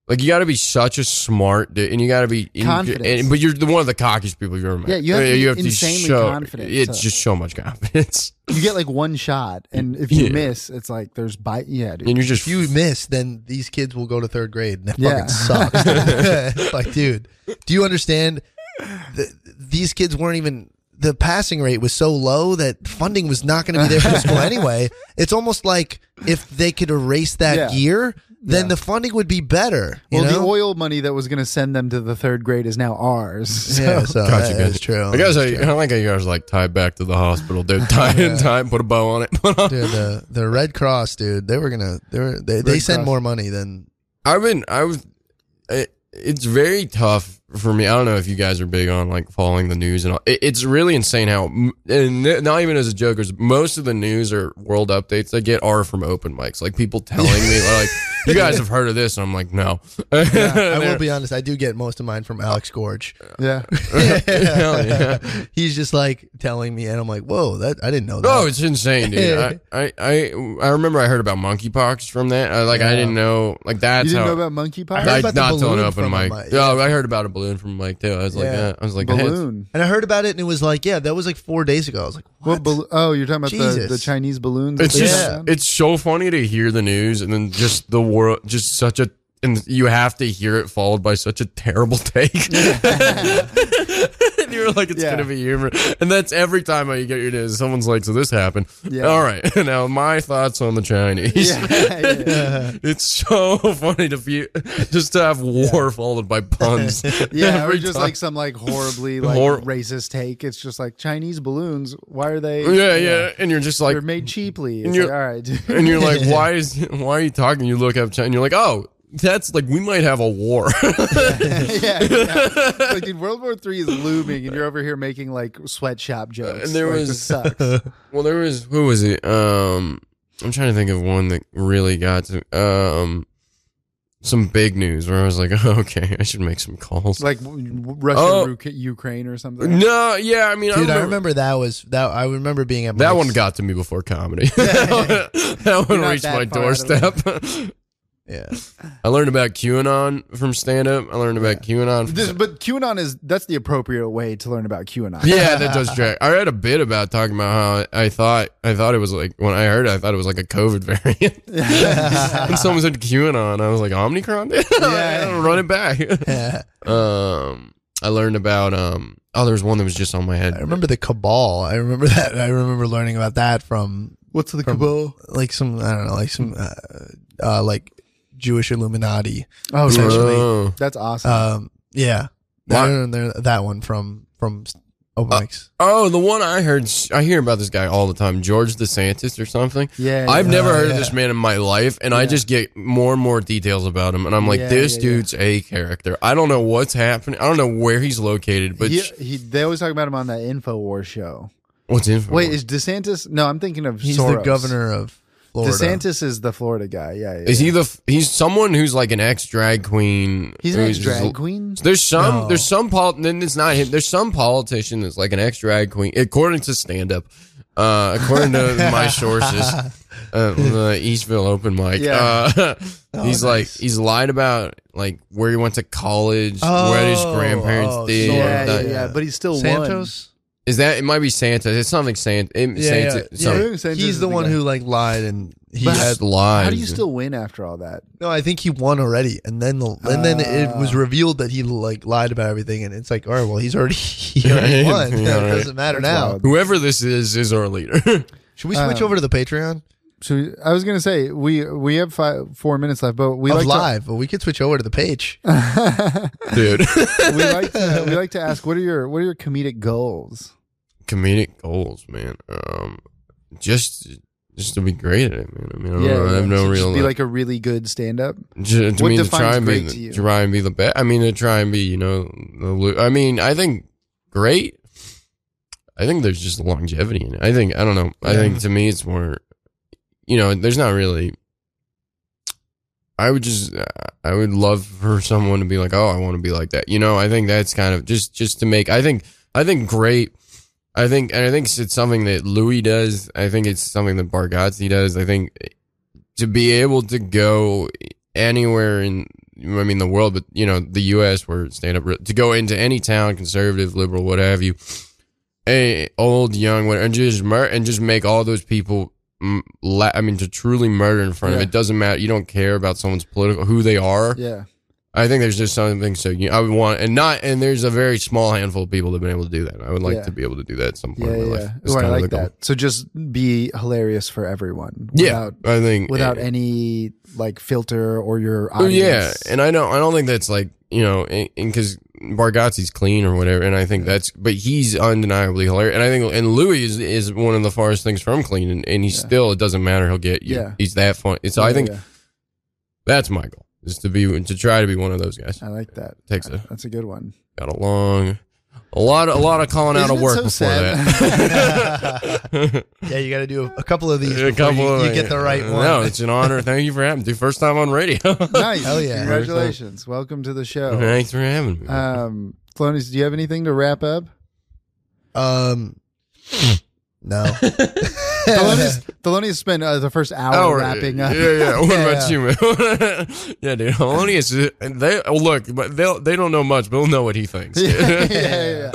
Speaker 1: like you got to be such a smart, dude, and you got to be in-
Speaker 3: Confidence.
Speaker 1: and- but you're the one of the cockiest people you're ever met.
Speaker 3: Yeah, you have to
Speaker 1: I mean,
Speaker 3: be insanely
Speaker 1: show,
Speaker 3: confident,
Speaker 1: It's
Speaker 3: so-
Speaker 1: just so much confidence, <laughs>
Speaker 3: You get like one shot, and if you
Speaker 1: Yeah.
Speaker 3: miss, it's like there's bite. Yeah, dude.
Speaker 1: and you're just
Speaker 2: If you miss, then these kids will go to third grade, and that
Speaker 3: Yeah.
Speaker 2: fucking sucks.
Speaker 3: <laughs>
Speaker 2: <laughs> It's like, dude, do you understand? The, these kids weren't even. The passing rate was so low that funding was not going to be there for the school
Speaker 3: <laughs>
Speaker 2: anyway. It's almost like if they could erase that
Speaker 3: Yeah.
Speaker 2: year, then
Speaker 3: Yeah.
Speaker 2: the funding would be better. You
Speaker 3: well, the
Speaker 2: know?
Speaker 3: oil money that was going to send them to the third grade is now ours. So.
Speaker 2: yeah, so
Speaker 1: Gotcha,
Speaker 2: that
Speaker 1: gotcha.
Speaker 2: is true.
Speaker 1: I guess I, I like how you guys like tie back to the hospital, dude. <laughs> Tie
Speaker 3: <laughs>
Speaker 1: in time, put a bow on it. Put on-
Speaker 2: dude, the the Red Cross, dude, they were gonna they were, they, they
Speaker 3: Red
Speaker 2: send
Speaker 3: Cross.
Speaker 2: more money than
Speaker 1: I've been I was it, it's very tough for me. I don't know if you guys are big on like following the news and all. It, it's really insane how m- and th- not even as a joke, is most of the news or world updates I get are from open mics. Like people telling me
Speaker 2: <laughs>
Speaker 1: like you guys have heard of this, and I'm like no. <laughs>
Speaker 2: I will be honest, I do get most of mine from Alex Gorge.
Speaker 3: <laughs>
Speaker 2: <laughs>
Speaker 3: yeah.
Speaker 1: Hell yeah.
Speaker 2: He's just like telling me, and I'm like, whoa, that I didn't know that.
Speaker 1: Oh, it's insane, dude!
Speaker 2: <laughs>
Speaker 1: I, I, I, I remember I heard about monkeypox from that. I, like I didn't know, like that's
Speaker 3: You didn't
Speaker 1: how
Speaker 3: know about monkeypox?
Speaker 2: I heard
Speaker 1: I
Speaker 2: about the
Speaker 1: not telling
Speaker 2: balloon
Speaker 1: open
Speaker 2: from a
Speaker 1: mic.
Speaker 2: mic, yeah.
Speaker 1: Oh, I heard about a balloon from Mike too. I was like,
Speaker 2: Yeah.
Speaker 1: uh, I was like, that's-
Speaker 3: balloon.
Speaker 2: and I heard about it, and it was like, yeah, that was like four days ago. I was like,
Speaker 3: What?
Speaker 2: what?
Speaker 3: balloon? oh, you're talking about the,
Speaker 2: Jesus.
Speaker 3: the Chinese balloons. that
Speaker 1: It's
Speaker 3: they
Speaker 1: just
Speaker 2: <laughs>
Speaker 3: shot down?
Speaker 1: it's so funny to hear the news and then just the world just such a and you have to hear it followed by such a terrible <laughs> take. and you're like, it's
Speaker 3: Yeah.
Speaker 1: gonna be humor. And that's every time you get your news. Someone's like, so this happened.
Speaker 3: Yeah.
Speaker 1: All right. <laughs> Now my thoughts on the Chinese.
Speaker 3: yeah, <laughs> yeah.
Speaker 1: <laughs> It's so funny to be, just to have war followed by puns.
Speaker 3: <laughs> Yeah, or
Speaker 1: every
Speaker 3: just
Speaker 1: time.
Speaker 3: like some
Speaker 1: <laughs>
Speaker 3: like horribly like
Speaker 1: Hor-
Speaker 3: racist take. It's just like Chinese balloons. Why are they?
Speaker 1: yeah, yeah. And you're just like
Speaker 3: they're made cheaply. It's
Speaker 1: you're-
Speaker 3: like, all
Speaker 1: <laughs>
Speaker 3: right, dude.
Speaker 1: and you're
Speaker 3: <laughs>
Speaker 1: like, why is why are you talking? You look up China, and you're like, oh, that's like we might have a war. <laughs>
Speaker 3: yeah, yeah. It's like dude, World War Three is looming, and you're over here making like sweatshop jokes.
Speaker 1: And there
Speaker 3: Like,
Speaker 1: was- <laughs>
Speaker 3: this sucks.
Speaker 1: well, there was who was it? Um, I'm trying to think of one that really got to um some big news where I was like, <laughs> oh, okay, I should make some calls.
Speaker 3: like w- w- Russia,
Speaker 1: Oh.
Speaker 3: Ru- Ukraine, or something.
Speaker 1: no, yeah, I mean, I
Speaker 2: Dude, I
Speaker 1: remember,
Speaker 2: remember that was that. I remember being at
Speaker 1: that
Speaker 2: Mike's-
Speaker 1: one got to me before
Speaker 3: <laughs>
Speaker 1: comedy. <laughs> that one
Speaker 3: You're not
Speaker 1: reached
Speaker 3: that
Speaker 1: my
Speaker 3: far out of the-
Speaker 1: doorstep. <laughs>
Speaker 2: Yeah,
Speaker 1: I learned about QAnon from stand up. I learned about QAnon. From
Speaker 3: This, but QAnon is that's the appropriate way to learn about QAnon.
Speaker 1: yeah, that does track. I read a bit about talking about how I thought I thought it was like when I heard it, I thought it was like a COVID <laughs> variant. and someone said QAnon, I was like Omicron. <laughs> yeah, run it back.
Speaker 2: <laughs> yeah. <laughs>
Speaker 1: um, I learned about um. Oh, there's one that was just on my head.
Speaker 2: I remember the cabal. I remember <laughs> that. I remember learning about that from
Speaker 3: What's the
Speaker 2: from
Speaker 3: Kabul?
Speaker 2: like some I don't know, like some uh, uh like Jewish Illuminati.
Speaker 3: Oh,
Speaker 2: essentially.
Speaker 1: Oh.
Speaker 3: that's awesome.
Speaker 2: Um, yeah,
Speaker 1: Why-
Speaker 2: I remember that one from from open mics.
Speaker 1: Oh, the one I heard. I hear about this guy all the time, George DeSantis or something.
Speaker 3: Yeah,
Speaker 1: I've
Speaker 3: yeah.
Speaker 1: never
Speaker 2: Oh,
Speaker 1: heard
Speaker 2: yeah.
Speaker 1: of this man in my life, and I just get more and more details about him, and I'm like,
Speaker 3: Yeah,
Speaker 1: this
Speaker 3: yeah, yeah.
Speaker 1: dude's a character. I don't know what's happening. I don't know where he's located, but
Speaker 3: he,
Speaker 1: sh-
Speaker 3: he, they always talk about him on that Infowars show.
Speaker 1: what's in for
Speaker 3: Wait,
Speaker 1: him?
Speaker 3: is DeSantis? No, I'm thinking of
Speaker 2: He's the
Speaker 3: Soros.
Speaker 2: governor of Florida.
Speaker 3: DeSantis is the Florida guy. Yeah, yeah.
Speaker 1: Is
Speaker 3: yeah.
Speaker 1: he the? f- He's someone who's like an ex drag queen.
Speaker 3: He's an
Speaker 1: who's-
Speaker 3: ex drag queen.
Speaker 1: There's some,
Speaker 2: No.
Speaker 1: there's some pol. Then it's not him. There's some politician that's like an ex drag queen, according to stand up, uh, according
Speaker 2: <laughs>
Speaker 1: to my sources, uh, <laughs> the Eastville open mic.
Speaker 3: Yeah.
Speaker 1: Uh, <laughs> he's like
Speaker 2: Oh, nice.
Speaker 1: he's lied about like where he went to college, what his
Speaker 2: Oh,
Speaker 1: grandparents
Speaker 2: oh,
Speaker 1: did.
Speaker 2: sure.
Speaker 3: Yeah, yeah,
Speaker 1: that-
Speaker 3: yeah. But he still won.
Speaker 2: Santos.
Speaker 1: Is that it? Might be Santa. It's something Santa. It, Santa
Speaker 3: I
Speaker 1: Something.
Speaker 3: think Santos
Speaker 2: He's
Speaker 3: is
Speaker 2: the one
Speaker 3: guy.
Speaker 2: who like lied and he
Speaker 3: But-
Speaker 2: had.
Speaker 1: Just lies.
Speaker 3: How do you still win after all that?
Speaker 2: No, I think he won already, and then the, and then it was revealed that he like lied about everything, and it's like, all right, well, he's already <laughs> he
Speaker 1: <laughs>
Speaker 2: already
Speaker 1: Yeah,
Speaker 2: won.
Speaker 1: yeah,
Speaker 2: It
Speaker 1: right.
Speaker 2: doesn't matter
Speaker 3: That's
Speaker 2: now.
Speaker 3: wild.
Speaker 1: Whoever this is is our leader. <laughs>
Speaker 2: Should we switch
Speaker 3: Um,
Speaker 2: over to the Patreon
Speaker 3: So we- I was gonna say we we have five, four minutes left, but we
Speaker 2: of
Speaker 3: like
Speaker 2: live? but we could switch over to the page. <laughs>
Speaker 1: Dude,
Speaker 3: To, <laughs> we like to, we like to ask what are your what are your comedic goals?
Speaker 1: comedic goals, man. Um, just just to be great at it, man. I mean, I, don't know, I
Speaker 3: yeah.
Speaker 1: have no
Speaker 3: So
Speaker 1: real.
Speaker 3: just be like a really good
Speaker 1: <laughs>
Speaker 3: stand up.
Speaker 1: J- to
Speaker 3: What
Speaker 1: mean, to
Speaker 3: defines
Speaker 1: try and be,
Speaker 3: great to you?
Speaker 1: the, try and be the best. I mean, to try and be, you know, the, lo- I mean, I think great. I think there's just longevity in it. I think I don't know. I
Speaker 2: Yeah.
Speaker 1: think to me, it's more, you know, there's not really. I would just, I would love for someone to be like, oh, I want to be like that. You know, I think that's kind of just, just to make. I think, I think great. I think, and I think it's something that Louis does. I think it's something that Bargazzi does. I think to be able to go anywhere in I mean the world, but you know the U.S. where stand up to go into any town, conservative, liberal, what have you, a old, young, whatever, and just mur- and just make all those people. mm, La- I mean, to truly murder in front of
Speaker 3: Yeah.
Speaker 1: it doesn't matter. You don't care about someone's political who they are.
Speaker 3: Yeah,
Speaker 1: I think there's just something so you, I would want, and not, and there's a very small handful of people that've been able to do that. I would like
Speaker 3: Yeah.
Speaker 1: to be able to do that at some point
Speaker 3: yeah,
Speaker 1: in my
Speaker 3: yeah.
Speaker 1: life. It's
Speaker 3: Ooh, I
Speaker 1: kind of
Speaker 3: like
Speaker 1: the goal.
Speaker 3: that. So just be hilarious for everyone.
Speaker 1: Yeah,
Speaker 3: without,
Speaker 1: I think
Speaker 3: without any like filter or your
Speaker 1: Oh
Speaker 3: audience.
Speaker 1: yeah, and I don't I don't think that's like you know, eh, and because Bargazzi's clean or whatever, and I think that's but he's undeniably hilarious, and I think and Louis is, is one of the farthest things from clean, and, and he still it doesn't matter he'll get you.
Speaker 3: Yeah.
Speaker 1: He's that fun. And So
Speaker 3: Yeah,
Speaker 1: I think
Speaker 3: yeah.
Speaker 1: that's my goal is to be to try to be one of those guys.
Speaker 3: I like that. Uh,
Speaker 1: Takes a
Speaker 3: That's a good one.
Speaker 1: <laughs> got a long, a lot a lot of calling out
Speaker 3: Isn't
Speaker 1: of
Speaker 3: it
Speaker 1: work
Speaker 3: so
Speaker 1: before
Speaker 2: <laughs>
Speaker 3: sad?
Speaker 1: that.
Speaker 2: Yeah, you got to do a, a couple of these.
Speaker 1: a
Speaker 2: before
Speaker 1: couple
Speaker 2: you,
Speaker 1: of- uh,
Speaker 2: you get the right one. Oh.
Speaker 1: No, it's an honor. Thank you for having me. First time on radio.
Speaker 3: Nice.
Speaker 2: Hell yeah.
Speaker 3: Congratulations. Welcome to the show.
Speaker 1: <laughs> Thanks for having me.
Speaker 2: Uh,
Speaker 3: Um, Flonies, do you have anything to wrap
Speaker 2: <laughs>
Speaker 3: up?
Speaker 2: Um, no.
Speaker 1: <laughs>
Speaker 3: Thelonious, Thelonious spent uh, the first hour
Speaker 1: right.
Speaker 3: wrapping up.
Speaker 1: Yeah, yeah. What
Speaker 2: <laughs> Yeah,
Speaker 1: about
Speaker 2: yeah.
Speaker 1: you, man? <laughs> yeah, dude. Holonius, they oh, look, but they they don't know much, but they'll know what he
Speaker 2: <laughs>
Speaker 1: thinks.
Speaker 3: <laughs> yeah, yeah, yeah.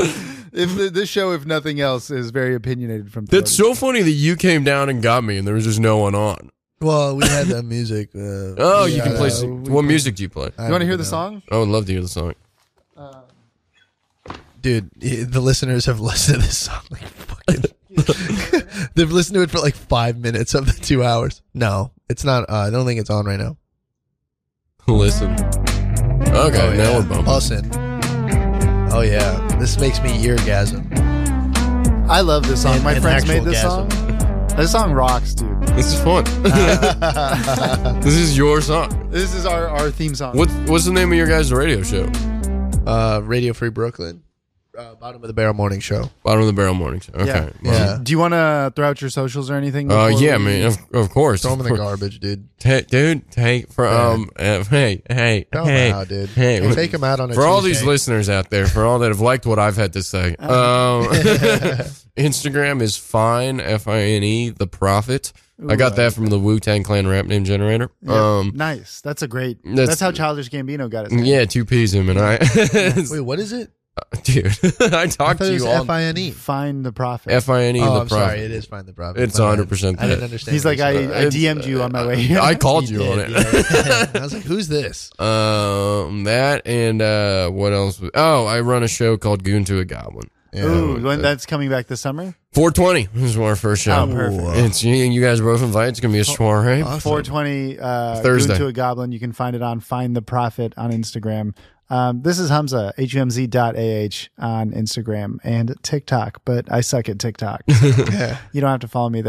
Speaker 3: If the, this show, if nothing else, is very opinionated
Speaker 1: <laughs>
Speaker 3: from
Speaker 1: That's
Speaker 3: Thelonious.
Speaker 1: so funny that you came down and got me, and there was just no one on.
Speaker 2: well, we had that music. Uh,
Speaker 1: Oh, you
Speaker 2: yeah,
Speaker 1: can play.
Speaker 2: uh,
Speaker 1: some- what music do you play?
Speaker 2: I
Speaker 3: You want to
Speaker 2: don't
Speaker 3: hear the
Speaker 2: know.
Speaker 3: song?
Speaker 1: I would love to hear the song.
Speaker 2: dude? i- The listeners have <laughs> listened to this song like fucking. <laughs> They've listened to it for like five minutes of the two hours. No, it's not. Uh, I don't think it's on right now.
Speaker 1: Listen. Okay,
Speaker 2: Oh,
Speaker 1: now we're bumping.
Speaker 2: Listen. Oh yeah, this makes me eargasm.
Speaker 3: I love this song.
Speaker 2: And-
Speaker 3: My
Speaker 2: and
Speaker 3: friends made
Speaker 2: actual
Speaker 3: this song.
Speaker 2: gasm.
Speaker 3: This song rocks, dude.
Speaker 1: This is
Speaker 2: <laughs>
Speaker 1: fun. this is your song.
Speaker 3: This is our, our theme song.
Speaker 1: What What's the name of your guys' radio show?
Speaker 2: Uh, Radio Free Brooklyn, uh, bottom of the barrel morning show.
Speaker 1: Bottom of the Barrel Morning Show. Okay.
Speaker 3: Yeah.
Speaker 1: well,
Speaker 2: Yeah.
Speaker 3: Do you want to throw out your socials or anything?
Speaker 1: Uh,
Speaker 3: before
Speaker 1: yeah,
Speaker 3: we-
Speaker 1: man. Of, of course.
Speaker 2: Throw them
Speaker 1: of
Speaker 2: in the
Speaker 1: <laughs> course.
Speaker 2: garbage, dude.
Speaker 1: Ta- dude, take for um, uh, hey, hey,
Speaker 2: Throw
Speaker 1: hey,
Speaker 2: them out, dude.
Speaker 1: hey,
Speaker 2: Hey, take them out on a
Speaker 1: for all these
Speaker 2: Tuesday.
Speaker 1: listeners out there, for all that have liked what I've had to say, um,
Speaker 2: <laughs>
Speaker 1: <laughs> Instagram is fine, F I N E, the prophet. I got that from the Wu Tang Clan rap name generator. Um,
Speaker 3: Nice. That's a great. That's,
Speaker 1: That's- Mm-hmm.
Speaker 3: how Childish Gambino got his name.
Speaker 1: yeah, two P's him and I, <laughs>
Speaker 2: Wait, what is it?
Speaker 1: dude. <laughs> I
Speaker 2: I
Speaker 1: talked
Speaker 2: thought
Speaker 1: to
Speaker 2: it
Speaker 1: you
Speaker 2: was
Speaker 1: all
Speaker 2: F I N E.
Speaker 3: Find the prophet.
Speaker 1: F I N E, the
Speaker 2: Oh, I'm
Speaker 1: prophet.
Speaker 2: sorry. It is find the prophet.
Speaker 1: It's
Speaker 2: My bad.
Speaker 1: 100%
Speaker 2: I didn't
Speaker 1: that.
Speaker 2: understand.
Speaker 3: He's like,
Speaker 2: what
Speaker 3: I,
Speaker 2: you
Speaker 3: I
Speaker 1: it's-
Speaker 3: DM'd you on my way here.
Speaker 1: uh, I
Speaker 3: <laughs>
Speaker 1: called you
Speaker 2: said.
Speaker 1: on it.
Speaker 2: Yeah. <laughs> I was like,
Speaker 1: <laughs>
Speaker 2: who's this?
Speaker 1: Um, that and uh, what else? Was, oh, I run a show called Goon to a Goblin.
Speaker 3: Ooh, when that's coming back this summer?
Speaker 1: 420 is our first show.
Speaker 3: Oh, perfect.
Speaker 2: Whoa.
Speaker 1: It's you, you guys both invite. It's gonna be a soiree.
Speaker 2: Awesome.
Speaker 3: 420 uh,
Speaker 1: Thursday.
Speaker 3: Goon to a Goblin. You can find it on Find the Prophet on Instagram. Um, this is Humza, H-U-M-Z dot
Speaker 1: <laughs>
Speaker 3: A-H on Instagram and TikTok, but I suck at TikTok. so you don't have to follow me there.